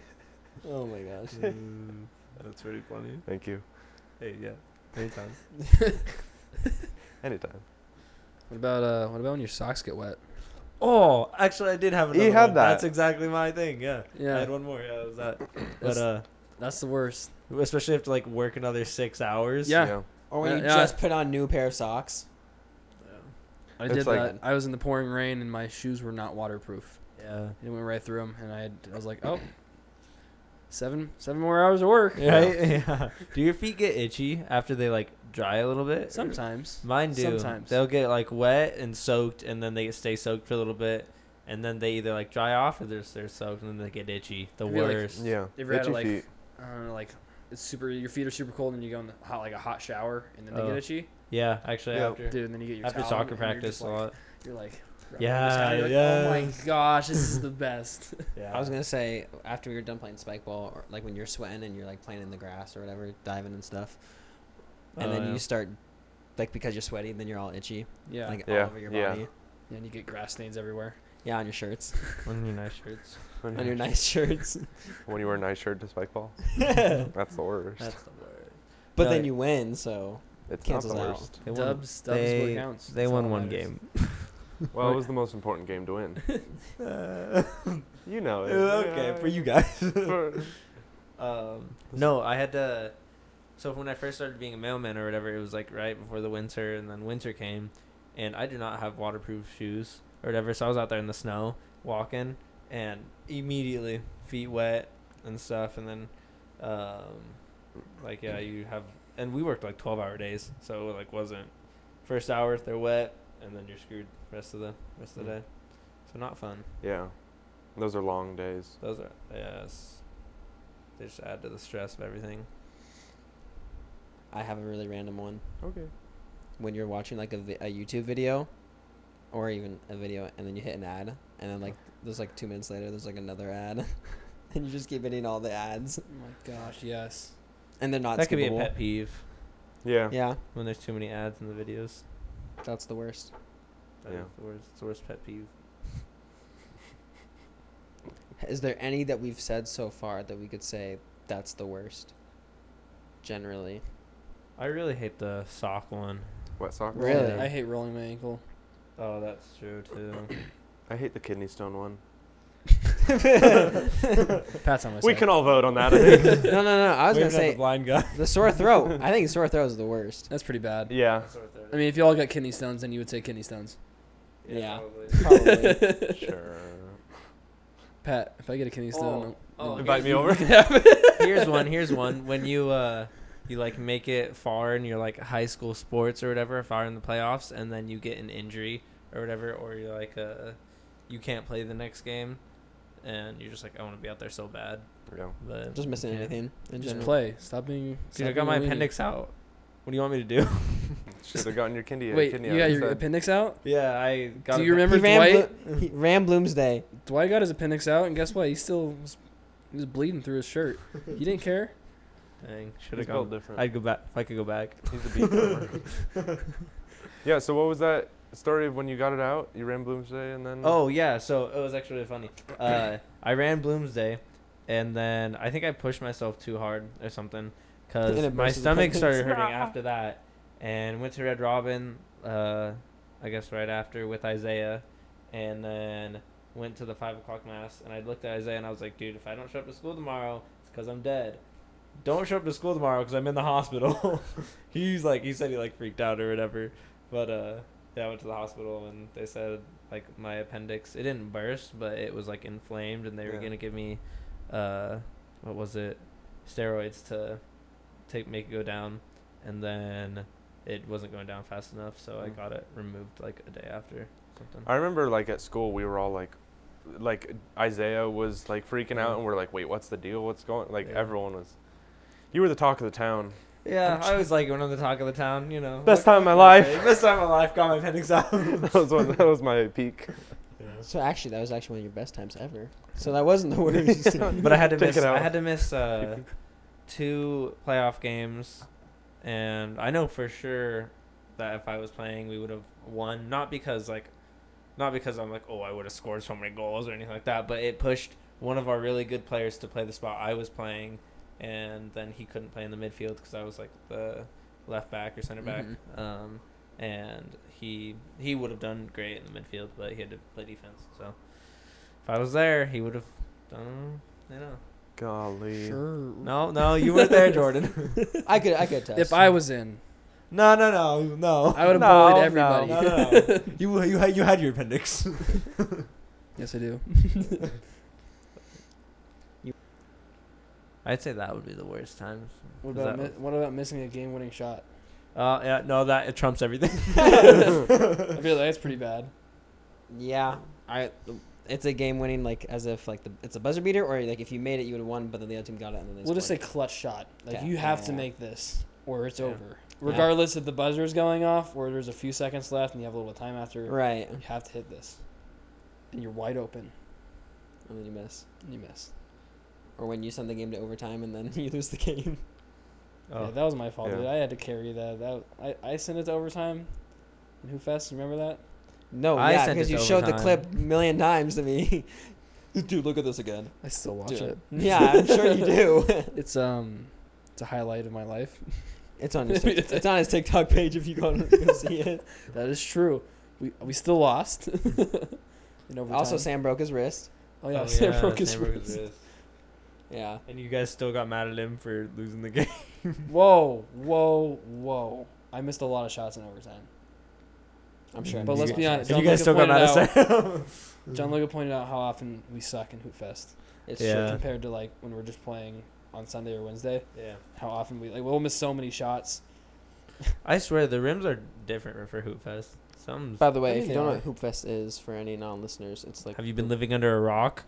S2: Oh my gosh.
S1: Mm, That's really funny.
S4: Thank you.
S1: Hey, yeah. Anytime.
S4: Anytime.
S3: What about uh? What about when your socks get wet?
S1: Oh, actually, I did have
S4: You
S1: another.
S4: had
S1: one.
S4: that.
S1: That's exactly my thing. Yeah.
S3: Yeah.
S1: I had one more. Yeah, it was *clears throat* that. But
S3: That's-
S1: uh,
S3: That's the worst.
S1: especially if to like work another six hours.
S3: Yeah.
S2: Or when
S3: Yeah,
S2: you
S3: yeah.
S2: just put on new pair of socks.
S3: I
S4: It's
S3: did
S4: like-
S3: that. I was in the pouring rain and my shoes were not waterproof.
S1: Yeah. *laughs*
S3: It went right through them, and I had, I was like, oh, seven seven more hours of
S4: *laughs*
S3: work.
S1: Right. *laughs* Yeah. Do your feet get itchy after they like dry a little bit?
S3: Sometimes.
S1: Mine do.
S3: Sometimes.
S1: They'll get like wet and soaked, and then they stay soaked for a little bit, and then they either like dry off or they're, they're soaked, and then they get itchy. The
S3: Have you, like,
S1: worst.
S4: Yeah.
S3: They've had,
S4: Itchy
S3: like-
S4: feet.
S3: I don't know, Uh, like it's super. Your feet are super cold, and you go in the hot like a hot shower, and then they
S1: Oh.
S3: get itchy,
S1: yeah. Actually,
S4: Yeah.
S1: after
S3: dude. And then you get your
S1: after
S3: towel,
S1: soccer
S3: and you're
S1: practice
S3: just
S1: a
S3: like- *laughs*
S1: lot.
S3: You're like,
S1: Yeah,
S3: rubbing this guy, you're like, oh my *laughs* gosh,
S1: *laughs*
S3: this is the best.
S1: Yeah.
S2: I was gonna say after we were done playing spike ball, or like when you're sweating and you're like playing in the grass or whatever, diving and stuff, and
S1: Oh,
S2: then
S1: yeah. *laughs*
S2: you start like because you're sweaty, then you're all itchy,
S3: yeah.
S2: like
S4: Yeah,
S2: all over your
S4: yeah.
S2: body.
S3: and you get grass stains everywhere.
S2: Yeah, on your shirts,
S1: One of your nice shirts.
S4: When
S2: on
S4: *laughs* you-
S2: your nice shirts.
S4: when you wear a nice shirt to spike ball, that's the worst.
S1: That's the word.
S2: But
S1: No,
S2: then
S1: it-
S2: you win, so
S4: it's not
S2: cancels
S4: the
S2: out.
S4: worst.
S1: They won,
S3: Dubs, dubs is what
S1: they,
S3: counts.
S1: they
S3: That's all
S1: won
S3: that
S1: one
S3: matters.
S1: game.
S4: Well, it was the most important game to win.
S3: *laughs*
S4: You know it.
S1: okay, for you guys.
S4: *laughs* For-
S1: Um, no, I had to. So when I first started being a mailman or whatever, it was like right before the winter, and then winter came, and I do not have waterproof shoes or whatever. So I was out there in the snow walking, and immediately feet wet and stuff, and then, um, like yeah, you have. And we worked like twelve hour days, so it like wasn't first hour they're wet, and then you're screwed rest of the rest of the
S4: Mm.
S1: day. So not fun.
S4: yeah. Those are long days.
S1: Those are yes. They just add to the stress of everything.
S2: I have a really random one.
S4: Okay.
S2: When you're watching like a, vi- a YouTube video, or even a video, and then you hit an ad, and then like
S1: Oh.
S2: there's like two minutes later, there's like another ad, *laughs* and you just keep hitting all the ads,
S3: Oh my gosh, yes.
S2: and they're not.
S1: that could be a
S2: skippable.
S1: pet peeve
S4: Yeah.
S2: Yeah,
S1: when there's too many ads in the videos.
S2: that's the worst.
S1: That is
S4: Yeah.
S1: the worst, it's the worst pet peeve.
S2: Is there any that we've said so far that we could say that's the worst? Generally, *laughs*
S1: I really hate the sock one.
S4: Wet socks.
S2: Really?
S3: I hate rolling
S1: *laughs*
S3: my ankle.
S1: Oh, that's true too.
S4: I hate the kidney stone one.
S3: Pat's on my
S4: We can all vote on that.
S2: *laughs*
S4: I think.
S2: no, no, no. I was
S1: Waving
S2: gonna
S1: at the
S2: say
S1: blind guy.
S2: the sore throat. I think sore throat is
S1: *laughs*
S2: the worst.
S3: That's pretty bad.
S4: yeah.
S3: I mean, if you all got kidney stones, then you would say kidney stones.
S2: Yeah.
S1: *laughs*
S2: Probably.
S3: Pat,
S4: Sure.
S3: if I get a kidney stone,
S1: Oh,
S3: I'm-
S4: Invite me over.
S1: *laughs* here's one. Here's one. When you uh, you like make it far in your like high school sports or whatever, far in the playoffs, and then you get an injury or whatever, or you're like uh, you can't play the next game, and you're just like, I want to be out there so bad,
S4: Yeah.
S1: but
S2: Just
S1: you
S2: missing
S1: can't.
S2: anything. In
S3: just
S2: general.
S3: play. Stop being.
S1: Dude,
S3: stop
S1: I got
S3: being
S1: my
S3: a weenie.
S1: appendix out. What do you want me to do? *laughs*
S4: Should have gotten your kidney.
S3: Wait,
S4: kidney
S3: you got
S4: out
S3: your
S4: instead.
S3: appendix out?
S1: yeah, I got.
S3: Do
S1: a-
S3: you remember
S2: he ran,
S3: Dwight?
S2: Blo- he ran Bloomsday.
S3: Dwight got his appendix out, and guess what? He still was, he was bleeding through his *laughs* shirt. He didn't care.
S1: Dang, should have
S4: He's built
S1: gone.
S4: different.
S1: I'd go back if I could go back.
S4: He's a beat farmer. yeah. So what was that story of when you got it out? You ran Bloomsday and then.
S1: Oh yeah, so it was actually really funny. Uh, I ran Bloomsday, and then I think I pushed myself too hard or something,
S2: And
S1: cause
S2: it
S1: my
S2: burst his
S1: stomach
S2: appendix.
S1: started hurting after that, and went to Red Robin. Uh, I guess right after with Isaiah, and then went to the five o'clock mass. And I looked at Isaiah and I was like, dude, if I don't show up to school tomorrow, it's cause I'm dead. Don't show up to school tomorrow because I'm in the hospital. *laughs* He's like, he said he like freaked out or whatever, but uh. Yeah, I went to the hospital and they said like my appendix it didn't burst, but it was like inflamed and they were
S4: Yeah.
S1: gonna give me uh what was it? Steroids to take make it go down and then it wasn't going down fast enough, so I
S4: Mm.
S1: got it removed like a day after something.
S4: I remember like at school we were all like, like Isaiah was like freaking out and we're like, wait, what's the deal? What's going? Like
S1: Yeah.
S4: everyone was. You were the talk of the town.
S1: Yeah, I was like one of the talk of the town, you know.
S4: Best
S1: What-
S4: *laughs* time of my
S1: what can I
S4: life.
S1: say? Best time of my life. Got my appendix out.
S4: *laughs* that was one, that was my peak.
S2: So actually, that was actually one of your best times ever. So that
S1: *laughs*
S2: wasn't the worst.
S1: but I had to
S4: Take
S1: miss.
S4: it
S1: I
S4: out.
S1: had to miss
S4: *laughs*
S1: uh, two playoff games, and I know for sure that if I was playing, we would have won. Not because like, not because I'm like, oh, I would have scored so many goals or anything like that. But it pushed one of our really good players to play the spot I was playing,
S4: Mm-hmm.
S1: and then he couldn't play in the midfield because I was like the left back or center back.
S2: Mhm.
S1: Um, and he he would have done great in the midfield, but he had to play defense. So if I was there, he would have done. You know,
S4: Golly.
S3: Sure.
S2: *laughs*
S1: no, no, you weren't there, *laughs* Jordan.
S2: I could, I could test.
S3: If I was in,
S1: No, no, no, no.
S3: I would have
S4: No,
S3: bullied
S4: no,
S3: everybody.
S1: no, no, no. you you had you had your appendix.
S3: *laughs*
S1: *laughs*
S3: Yes, I do.
S1: I'd say that would be the worst times.
S3: What
S1: Is
S3: about
S1: that-
S3: mi- what about missing a game-winning *laughs* shot?
S1: Uh, yeah, no, that it trumps everything.
S3: I feel like that's pretty bad.
S2: yeah, I. It's a game-winning, like as if like the it's a buzzer beater, or like if you made it, you would have won, but then the other team got it, and then they
S3: We'll just say
S2: scored.
S3: clutch shot. Like
S2: Okay.
S3: you have to
S2: Yeah.
S3: make this, or it's
S1: Yeah.
S3: over. Regardless if the buzzer is going off, or there's a few seconds left, and you have a little time after.
S2: right,
S3: You have to hit this, and you're wide open,
S2: and then you miss,
S3: and you miss.
S2: or when you send the game to overtime and then *laughs* you lose the game.
S3: Yeah, that was my fault.
S4: Yeah.
S3: Dude. I had to carry that. That I, I sent it to overtime. And who fest? You remember that?
S2: No,
S1: I
S2: yeah,
S1: sent
S2: because
S1: it
S2: you
S1: to
S2: showed the
S1: overtime.
S2: clip a million times to me. *laughs* Dude, look at this again.
S3: I still
S2: *laughs* Dude. Yeah, I'm sure you *laughs* do.
S3: It's um, it's a highlight of my
S2: *laughs*
S3: life.
S2: It's
S3: *laughs*
S2: on his Tik- it's on his TikTok page if you go and go see it.
S3: That is true. We we still
S2: *laughs*
S3: lost. in overtime.
S2: Also, Sam broke his wrist.
S3: Oh *laughs* yeah, Sam broke his wrist.
S2: Yeah,
S1: And you guys still got mad at him for losing the game.
S3: *laughs* Whoa, whoa, whoa! I missed a lot of shots in overtime.
S2: I'm sure. I
S3: But
S2: missed
S3: let's
S2: one.
S3: be honest,
S1: And you
S3: John
S1: guys
S3: Luca
S1: still got
S3: pointed
S1: mad
S3: out.
S1: at Sam.
S3: *laughs*
S2: Mm-hmm.
S3: John Luca pointed out how often we suck in Hoot Fest
S2: It's
S1: Yeah.
S2: true.
S3: compared to like when we're just playing on Sunday or Wednesday.
S1: yeah.
S3: How often we like we'll miss so many shots.
S1: I swear the rims are different for Hoop Fest. Some.
S2: By the way,
S3: I
S2: if you
S3: mean,
S2: don't know
S3: yeah.
S2: what Hoopfest is, for any non-listeners, it's like
S4: *laughs*
S1: Have you been living under a rock?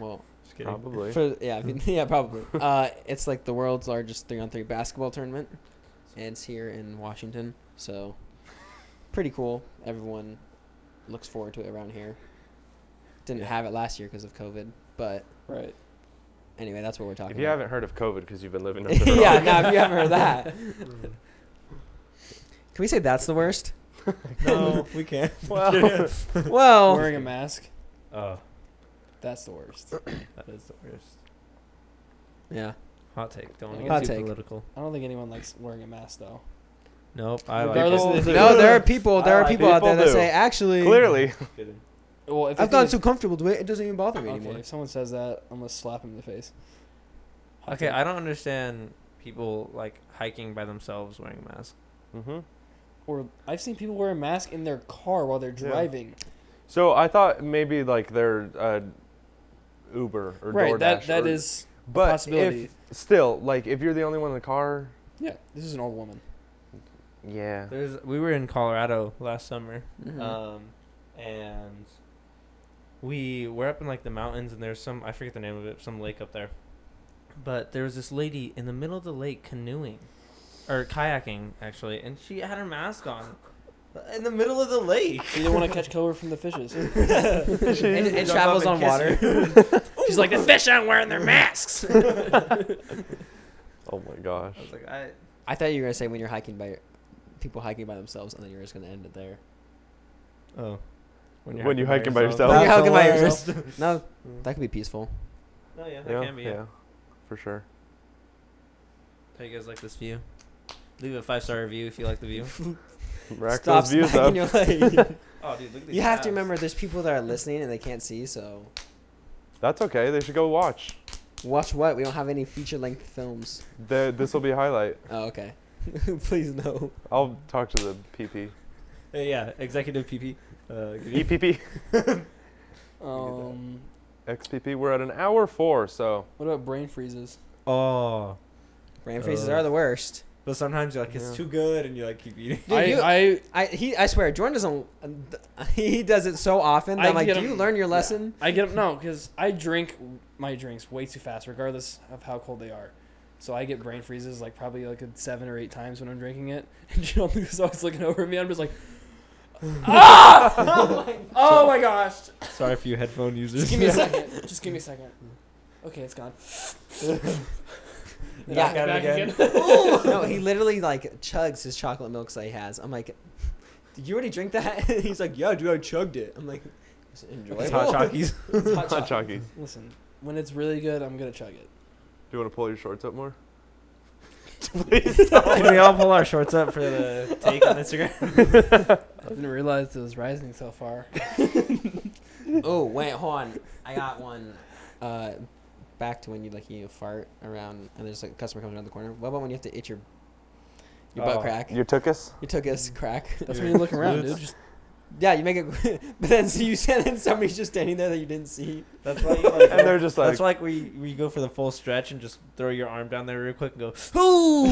S2: well,
S1: Just
S4: Probably.
S2: for, yeah, I mean, *laughs* yeah,
S4: *laughs*
S2: probably. Uh, it's like the world's largest three-on-three basketball tournament, and it's here in Washington. So, pretty cool. Everyone looks forward to it around here. Didn't have it last year because of COVID, but
S3: Right.
S2: anyway, that's what we're talking.
S4: If you
S2: about.
S4: haven't heard of COVID because you've been
S2: *laughs*
S4: living under a
S2: yeah,
S4: rock.
S2: now if you haven't heard that.
S4: *laughs*
S2: Can we say that's the
S4: *laughs*
S2: worst?
S3: *laughs*
S1: no, we can't.
S4: Well,
S2: Well,
S3: Wearing a mask.
S1: oh,
S3: That's the worst.
S1: that is the worst.
S4: *laughs*
S2: yeah.
S1: Hot take. Don't want to
S2: Hot
S1: get too
S2: take.
S1: political.
S3: I don't think anyone likes wearing a mask though.
S1: Nope. I
S3: Regardless
S1: like
S3: of
S1: it. *laughs*
S3: the-
S2: No, there are people. There
S4: I
S2: are
S4: like
S2: people, out there
S4: people
S2: that
S4: do.
S2: say actually.
S4: *laughs* Clearly.
S1: Kidding.
S3: Well, if
S2: I've
S3: they
S2: gotten
S3: think
S2: so comfortable to it, it doesn't even bother me
S3: it's- okay,
S2: anymore.
S3: if someone says that, I'm gonna slap him in the face. Hot
S1: Okay,
S3: take.
S1: I don't understand people like hiking by themselves wearing masks.
S4: Mm-hmm.
S3: Or I've seen people wear a mask in their car while they're
S4: Yeah.
S3: driving.
S4: So I thought maybe like they're uh, Uber or
S3: right.
S4: DoorDash.
S3: That that
S4: or-
S3: is
S4: but
S3: possibility.
S4: If, still, like if you're the only one in the car,
S3: yeah. This is an old woman.
S4: yeah.
S1: There's we were in Colorado last summer,
S3: Mm-hmm.
S2: Mhm.
S1: um, and we were up in like the mountains, and there's some I forget the name of it, some lake up there, but there was this lady in the middle of the lake canoeing, or kayaking actually, and she had her mask on, in the middle of the *laughs* lake.
S3: You don't want to catch COVID from the fishes.
S1: *laughs*
S2: It, it
S1: Jump up
S2: travels
S1: and
S2: on
S1: kiss
S2: water.
S1: *laughs*
S3: She's like, the fish aren't wearing their masks.
S4: Oh my gosh.
S1: I was like, I
S2: I thought you were gonna say when you're hiking by, people hiking by themselves, and then you're just gonna end it there.
S1: oh.
S4: When you hiking by yourself.
S2: When you're
S4: That's
S2: hiking by
S4: the
S2: yourself. *laughs* No, that could be peaceful.
S1: Oh yeah, that
S4: Yeah,
S1: can be. Yeah.
S4: yeah,
S2: *laughs*
S4: for sure.
S1: How you guys like this view? Leave a five star review if you like the
S2: *laughs*
S1: view.
S4: Rack
S2: Stop
S4: those views
S2: smacking
S4: up.
S2: your
S4: *laughs*
S2: leg.
S1: oh, dude, look at these
S2: you have
S1: abs.
S2: to remember, there's people that are listening and they can't see, so
S4: That's okay. They should go watch.
S2: watch what. We don't have any feature-length films.
S4: The, this will be a highlight.
S2: Oh, okay. *laughs* Please no.
S4: I'll talk to the PP.
S1: Uh, yeah, executive PP. Uh, give you-
S4: *laughs* EPP.
S3: um,
S4: XPP. We're at an hour four, so *laughs*
S3: what about brain freezes?
S1: oh,
S2: Brain freezes
S1: Ugh.
S3: Uh,
S2: are the worst.
S1: but sometimes you're like, it's
S4: Yeah.
S1: too good, and you like keep eating. *laughs*
S2: Dude,
S3: I,
S2: you-
S3: I
S2: I he I swear Jordan doesn't. *laughs* He does it so often. That
S3: I
S2: I'm like,
S3: get
S2: do
S3: him-
S2: you learn your
S3: yeah.
S2: lesson?
S3: I get no because I drink my drinks way too fast, regardless of how cold they are. So I get brain freezes like probably like a seven or eight times when I'm drinking it, *laughs* and John Lucas always looking over at me. I'm
S1: *laughs*
S3: just like, ah! oh, my, gosh!
S1: *laughs* Sorry for you headphone users.
S3: Just give me a
S1: *laughs*
S3: second. Just give me a second. Okay, it's gone. Then I
S2: Yeah.
S3: come
S1: Got it again.
S2: *laughs* no, he literally like chugs his chocolate milks that he has. I'm like, did you already drink that? *laughs* He's like, yeah, dude, I chugged it. I'm like, it's enjoyable.
S1: It's hot
S2: *laughs*
S1: chockies.
S2: It's hot
S4: hot
S2: chocolate.
S4: chalky.
S3: Listen, when it's really good, I'm gonna chug it.
S4: Do you want to pull your shorts up more? Please don't.
S1: Can we all pull our shorts up for
S2: *laughs*
S1: the take on Instagram?
S3: I didn't realize it was rising so far.
S2: oh wait, hold on. I got one. Uh, back to when you like you fart around and there's like a customer comes around the corner. What about when you have to itch your your butt
S1: Oh,
S2: crack?
S4: You took us?
S2: You took us crack.
S3: That's when you look around,
S1: It's-
S3: dude. Just
S2: yeah, you make it, *laughs* but then so you said then *laughs* somebody's just standing there that you didn't see.
S1: That's
S4: *laughs*
S1: like, like
S4: And they're just
S1: that's like where you, where you go for the full stretch and just throw your arm down there real quick *laughs* and go, ooh.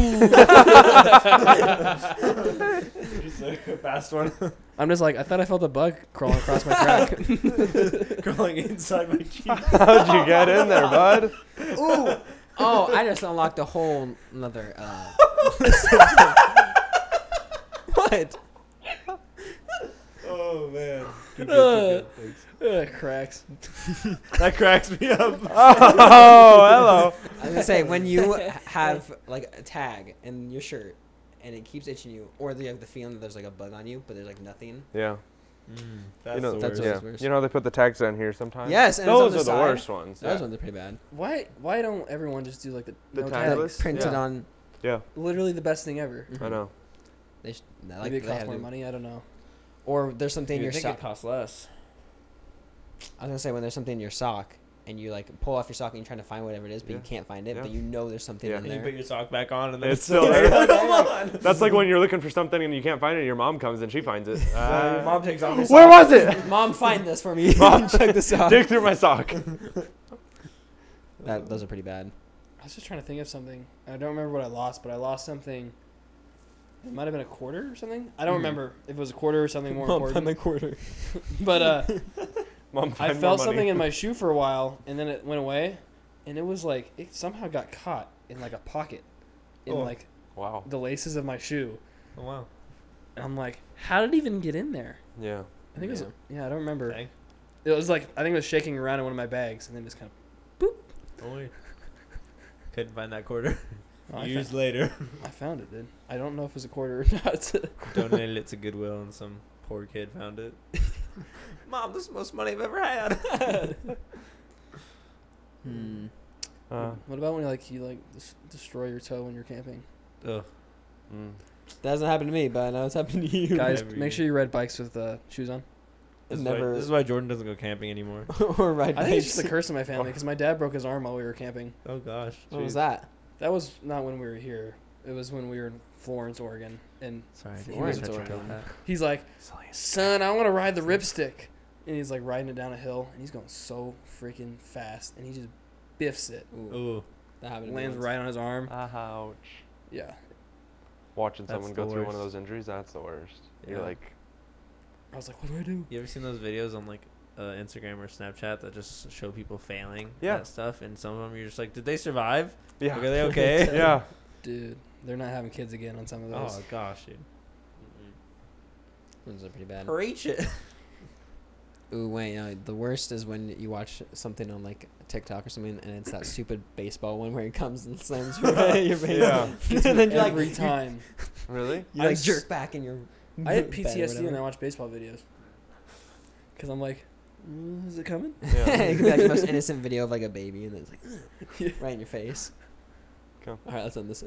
S1: just like a fast one,
S3: I'm just like I thought I felt a bug crawling across *laughs* my crack.
S1: *laughs* crawling inside *laughs* my cheek.
S4: How'd you get in there, bud? *laughs*
S2: Ooh. *laughs* Oh, I just unlocked a whole another. *laughs* Uh, what?
S1: Oh *laughs* man, Keep
S3: Uh.
S1: keep Thanks.
S3: Ugh, cracks.
S1: that cracks me up. *laughs*
S4: Oh, hello.
S2: I was gonna say when *laughs* you have like a tag in your shirt and it keeps itching you, or you have the feeling that there's like a bug on you, but there's like nothing.
S4: Yeah.
S1: that's
S4: you know,
S1: the worst.
S2: that's always
S4: yeah.
S2: worse.
S4: You know they put the tags down here sometimes.
S2: Yes, and it's on
S4: those
S2: the
S4: are the
S2: side.
S4: worst ones.
S2: Those
S4: yeah.
S2: ones are pretty bad.
S3: Why why don't everyone just do like the,
S4: The
S3: no
S4: tag
S3: tag?
S4: list?
S2: Like printed
S4: Yeah.
S2: on.
S4: Yeah,
S3: Literally the best thing ever.
S4: I know.
S2: They sh- I like
S3: Maybe it
S2: they had
S3: costs
S2: to
S3: more
S2: do-
S3: money. I don't know.
S2: Or there's something in
S1: you
S2: your
S1: think
S2: sock.
S1: it costs less?
S2: I was gonna say when there's something in your sock and you like pull off your sock and you're trying to find whatever it is, but you
S4: Yeah.
S2: can't find it,
S4: Yeah.
S2: but you know there's something
S4: Yeah.
S2: in
S1: And you
S2: there.
S1: put your sock back on and then
S4: It's
S1: *laughs*
S4: still there.
S1: Come on.
S4: That's like when you're looking for something and you can't find it. Your mom comes and she finds *laughs* it.
S1: *laughs* Uh, your
S4: Uh,
S1: mom takes off. her
S4: where
S1: sock.
S4: was *laughs* it?
S2: *laughs* Mom, *laughs* find this for me.
S4: Mom,
S2: check *laughs* this out.
S4: Dig through my *laughs* sock.
S2: That, those are pretty bad.
S3: I was just trying to think of something. I don't remember what I lost, but I lost something. It might have been a quarter or something. I don't
S2: Mhm.
S3: remember if it was a quarter or something more important.
S2: quarter.
S3: *laughs* But
S2: *laughs*
S3: uh,
S4: Mom,
S3: I
S4: find more
S3: felt
S4: money.
S3: something in my shoe for a while, and then it went away, and it was like it somehow got caught in like a pocket, in
S1: Oh.
S3: like
S4: Wow.
S3: the laces of my shoe.
S1: Oh, wow.
S3: And I'm like, how did it even get in there?
S4: Yeah.
S3: I think it was yeah, I don't remember.
S1: Dang.
S3: It was like I think it was shaking around in one of my bags, and then just kind
S1: Only couldn't find that quarter.
S3: of oh, I,
S1: Years
S3: found,
S1: later,
S3: I found it. Dude, I don't know if it was a quarter or *laughs* not.
S1: donated it to Goodwill, and some poor kid found it. *laughs* Mom, this is the most money I've ever had.
S2: Hmm.
S4: Uh,
S3: what about when you like you like dis- destroy your toe when you're camping?
S1: Ugh.
S4: mm.
S2: That hasn't happened to me, but I know it's happened to you. *laughs*
S3: Guys,
S1: Every-
S3: make sure you ride bikes with uh, shoes on.
S1: This, is why,
S2: Never-
S1: this is why Jordan doesn't go camping anymore.
S2: *laughs* or ride
S3: I think it's just a
S2: bikes.
S3: curse in my family because my dad broke his arm while we were camping.
S1: Oh gosh.
S2: What was that?
S3: That was not when we were here. It was when we were in Florence, Oregon, and
S1: Sorry,
S3: He
S1: didn't mean
S3: was
S1: to
S3: a
S1: touch your
S3: Oregon.
S1: hat.
S3: he's like, "Son, I want to ride the ripstick," and he's like riding it down a hill, and he's going so freaking fast, and he just biffs it,
S2: Ooh,
S1: Ooh,
S2: that happened to me
S3: lands
S2: once.
S3: right on his arm.
S4: uh, Ouch.
S3: Yeah,
S4: Watching
S1: That's
S4: someone
S1: the
S4: go through one
S1: worst.
S4: of those injuries, that's the worst. You're
S1: Yeah.
S4: like,
S3: I was like, "What do I do?"
S1: you ever seen those videos on like uh, Instagram or Snapchat that just show people failing
S4: Yeah.
S1: at stuff? And some of them you're just like, did they survive?
S4: yeah.
S1: Like,
S4: *laughs*
S1: are they okay?
S4: Yeah.
S3: Dude, they're not having kids again on some of
S1: *laughs*
S3: those.
S1: Oh gosh, dude.
S2: Those are pretty bad.
S1: Preach it.
S2: *laughs* Ooh, wait, no, the worst is when you watch something on like TikTok or something, and it's that stupid baseball one where it comes and slams your,
S3: *laughs*
S2: your face.
S4: Yeah.
S2: *laughs* and then you're like,
S3: Every time,
S4: Really?
S2: you
S3: I
S2: like
S3: s-
S2: jerk back in your.
S3: I had
S2: *laughs* bed or
S3: PTSD when I
S2: whatever.
S3: watched baseball videos, because I'm like, "Mm, "Is it
S4: *laughs*
S3: coming?"
S4: Yeah.
S2: it could be like
S3: *laughs*
S2: the most innocent video of like a baby, and it's like *laughs* right in your face.
S4: Come.
S2: All right, let's end this.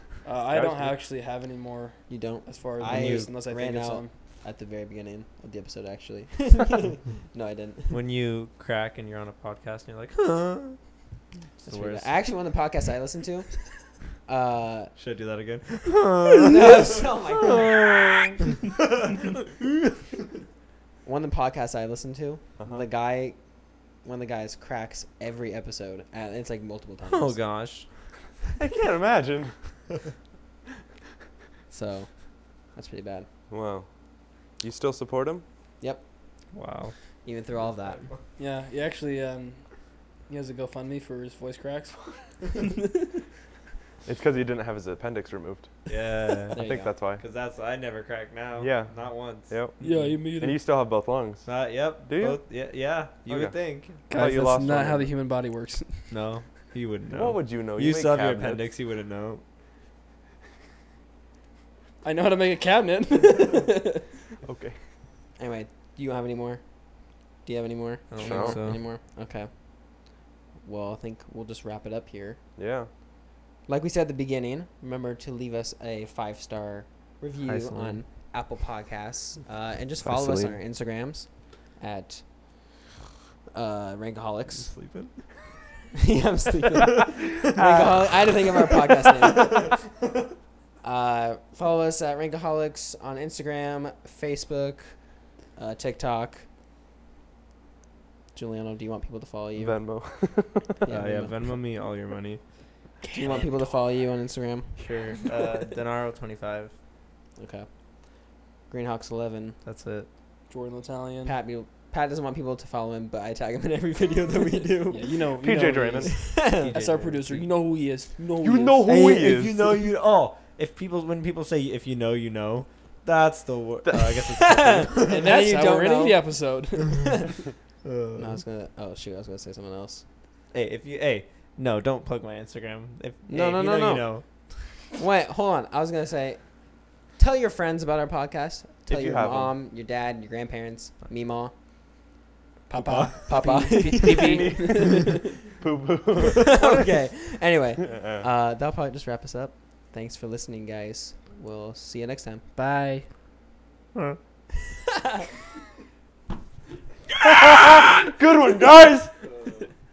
S2: *laughs*
S3: Uh, I
S4: Guys,
S3: don't
S4: we-
S3: actually have any more
S2: you don't
S3: as far as
S2: I
S3: the news, unless I
S2: ran
S3: think of
S2: out.
S3: some.
S2: at the very beginning of the
S1: *laughs*
S2: episode, actually. no, I didn't.
S1: when you crack and you're on a podcast and you're like, huh? It's
S2: That's
S1: the
S2: weird. Ah.
S1: worst.
S2: Actually, one of the podcasts I
S1: *laughs*
S2: listened to. Uh,
S1: Should I do that again? *laughs*
S2: yes, *laughs* oh my God. one of the podcasts I listened to,
S4: Uh-huh.
S2: the guy, one of the guys cracks every episode, and it's like multiple times.
S1: Oh gosh.
S4: I can't imagine.
S2: So, that's pretty bad.
S4: Wow. You still support him?
S1: Wow.
S2: Even through all of that,
S3: Yeah, he actually um, he has a GoFundMe for his voice cracks.
S4: It's because he didn't have his appendix removed.
S1: Yeah. *laughs*
S2: *laughs* There
S4: I
S2: you
S4: think
S2: go.
S4: that's why.
S1: Because that's I never crack now.
S4: Yeah.
S1: Not once.
S4: Yep.
S3: Yeah, you mean
S4: And you still have both lungs.
S1: Uh, yep.
S4: Do you?
S1: Both, yeah, yeah. You would
S4: Okay.
S1: think.
S4: Oh,
S3: Guys,
S4: you
S3: that's
S4: lost
S3: not
S4: one.
S3: how the human body works.
S1: No, he wouldn't know.
S4: What would you know?
S1: you
S4: make
S1: still have your
S4: cabinets.
S1: appendix? He wouldn't know.
S3: *laughs* I know how to make a *laughs* cabinet.
S4: Okay.
S2: anyway, do you have any more? Do you have any more?
S1: I don't
S4: No.
S1: think so.
S2: Any more? Okay. Well, I think we'll just wrap it up here.
S4: Yeah.
S2: like we said at the beginning, remember to leave us a five star review
S4: Isolate.
S2: on Apple Podcasts, uh, and just
S4: Try
S2: follow us on our
S4: sleep.
S2: Instagrams at uh,
S1: *laughs*
S2: Rankaholics. *laughs*
S1: Sleeping.
S2: yeah, I'm sleeping. Rankaholic- I had to think of our podcast name. Uh, follow us at Rankaholics on Instagram, Facebook, uh, TikTok. Juliano, do you want people to follow you?
S4: Venmo.
S1: Yeah,
S2: Yeah,
S1: Uh, yeah.
S2: Venmo.
S1: Venmo me all your money.
S2: do you want people to follow you on Instagram?
S1: Sure.
S2: *laughs*
S1: Uh, Denaro twenty five.
S2: Okay. Greenhawks eleven.
S1: That's
S2: *coughs*
S1: it.
S3: Jordan Italian. *laughs*
S2: Pat be- Pat doesn't want people to follow him, but I tag him in every video that we
S4: *laughs*
S2: do.
S3: Yeah, you know, you know
S4: PJ
S3: who he *laughs*
S4: Draymond.
S3: is.
S1: PJ
S3: That's our
S1: Draymond.
S3: producer. You know who he is. You know who
S4: You
S3: he
S4: know
S3: is.
S4: who
S1: Hey,
S4: he
S1: if
S4: is.
S1: you know, you oh, if people when people say if you know, you know, that's the word. Uh, I
S2: *laughs*
S1: guess it's. *laughs*
S3: and that's
S2: you
S3: how
S2: don't
S3: we're ending
S2: know.
S3: the episode.
S2: No, I
S1: Uh,
S2: was gonna. Oh shoot, I was gonna say something else.
S1: hey, if you hey, no, don't plug my Instagram. If
S2: No,
S1: hey,
S2: no,
S1: if you
S2: no,
S1: know,
S2: no.
S1: You know.
S2: Wait, hold on. I was gonna say, tell your friends about our podcast. Tell
S4: If you
S2: your
S4: have 'em.
S2: mom, your dad, your grandparents, me, ma,
S3: *laughs* Papa.
S4: *laughs*
S2: papa.
S4: Poo poo.
S2: *laughs* okay. Anyway,
S4: Uh-uh.
S2: uh, that'll probably just wrap us up. Thanks for listening, guys. We'll see you next time.
S3: Bye.
S4: *laughs* Good one, guys.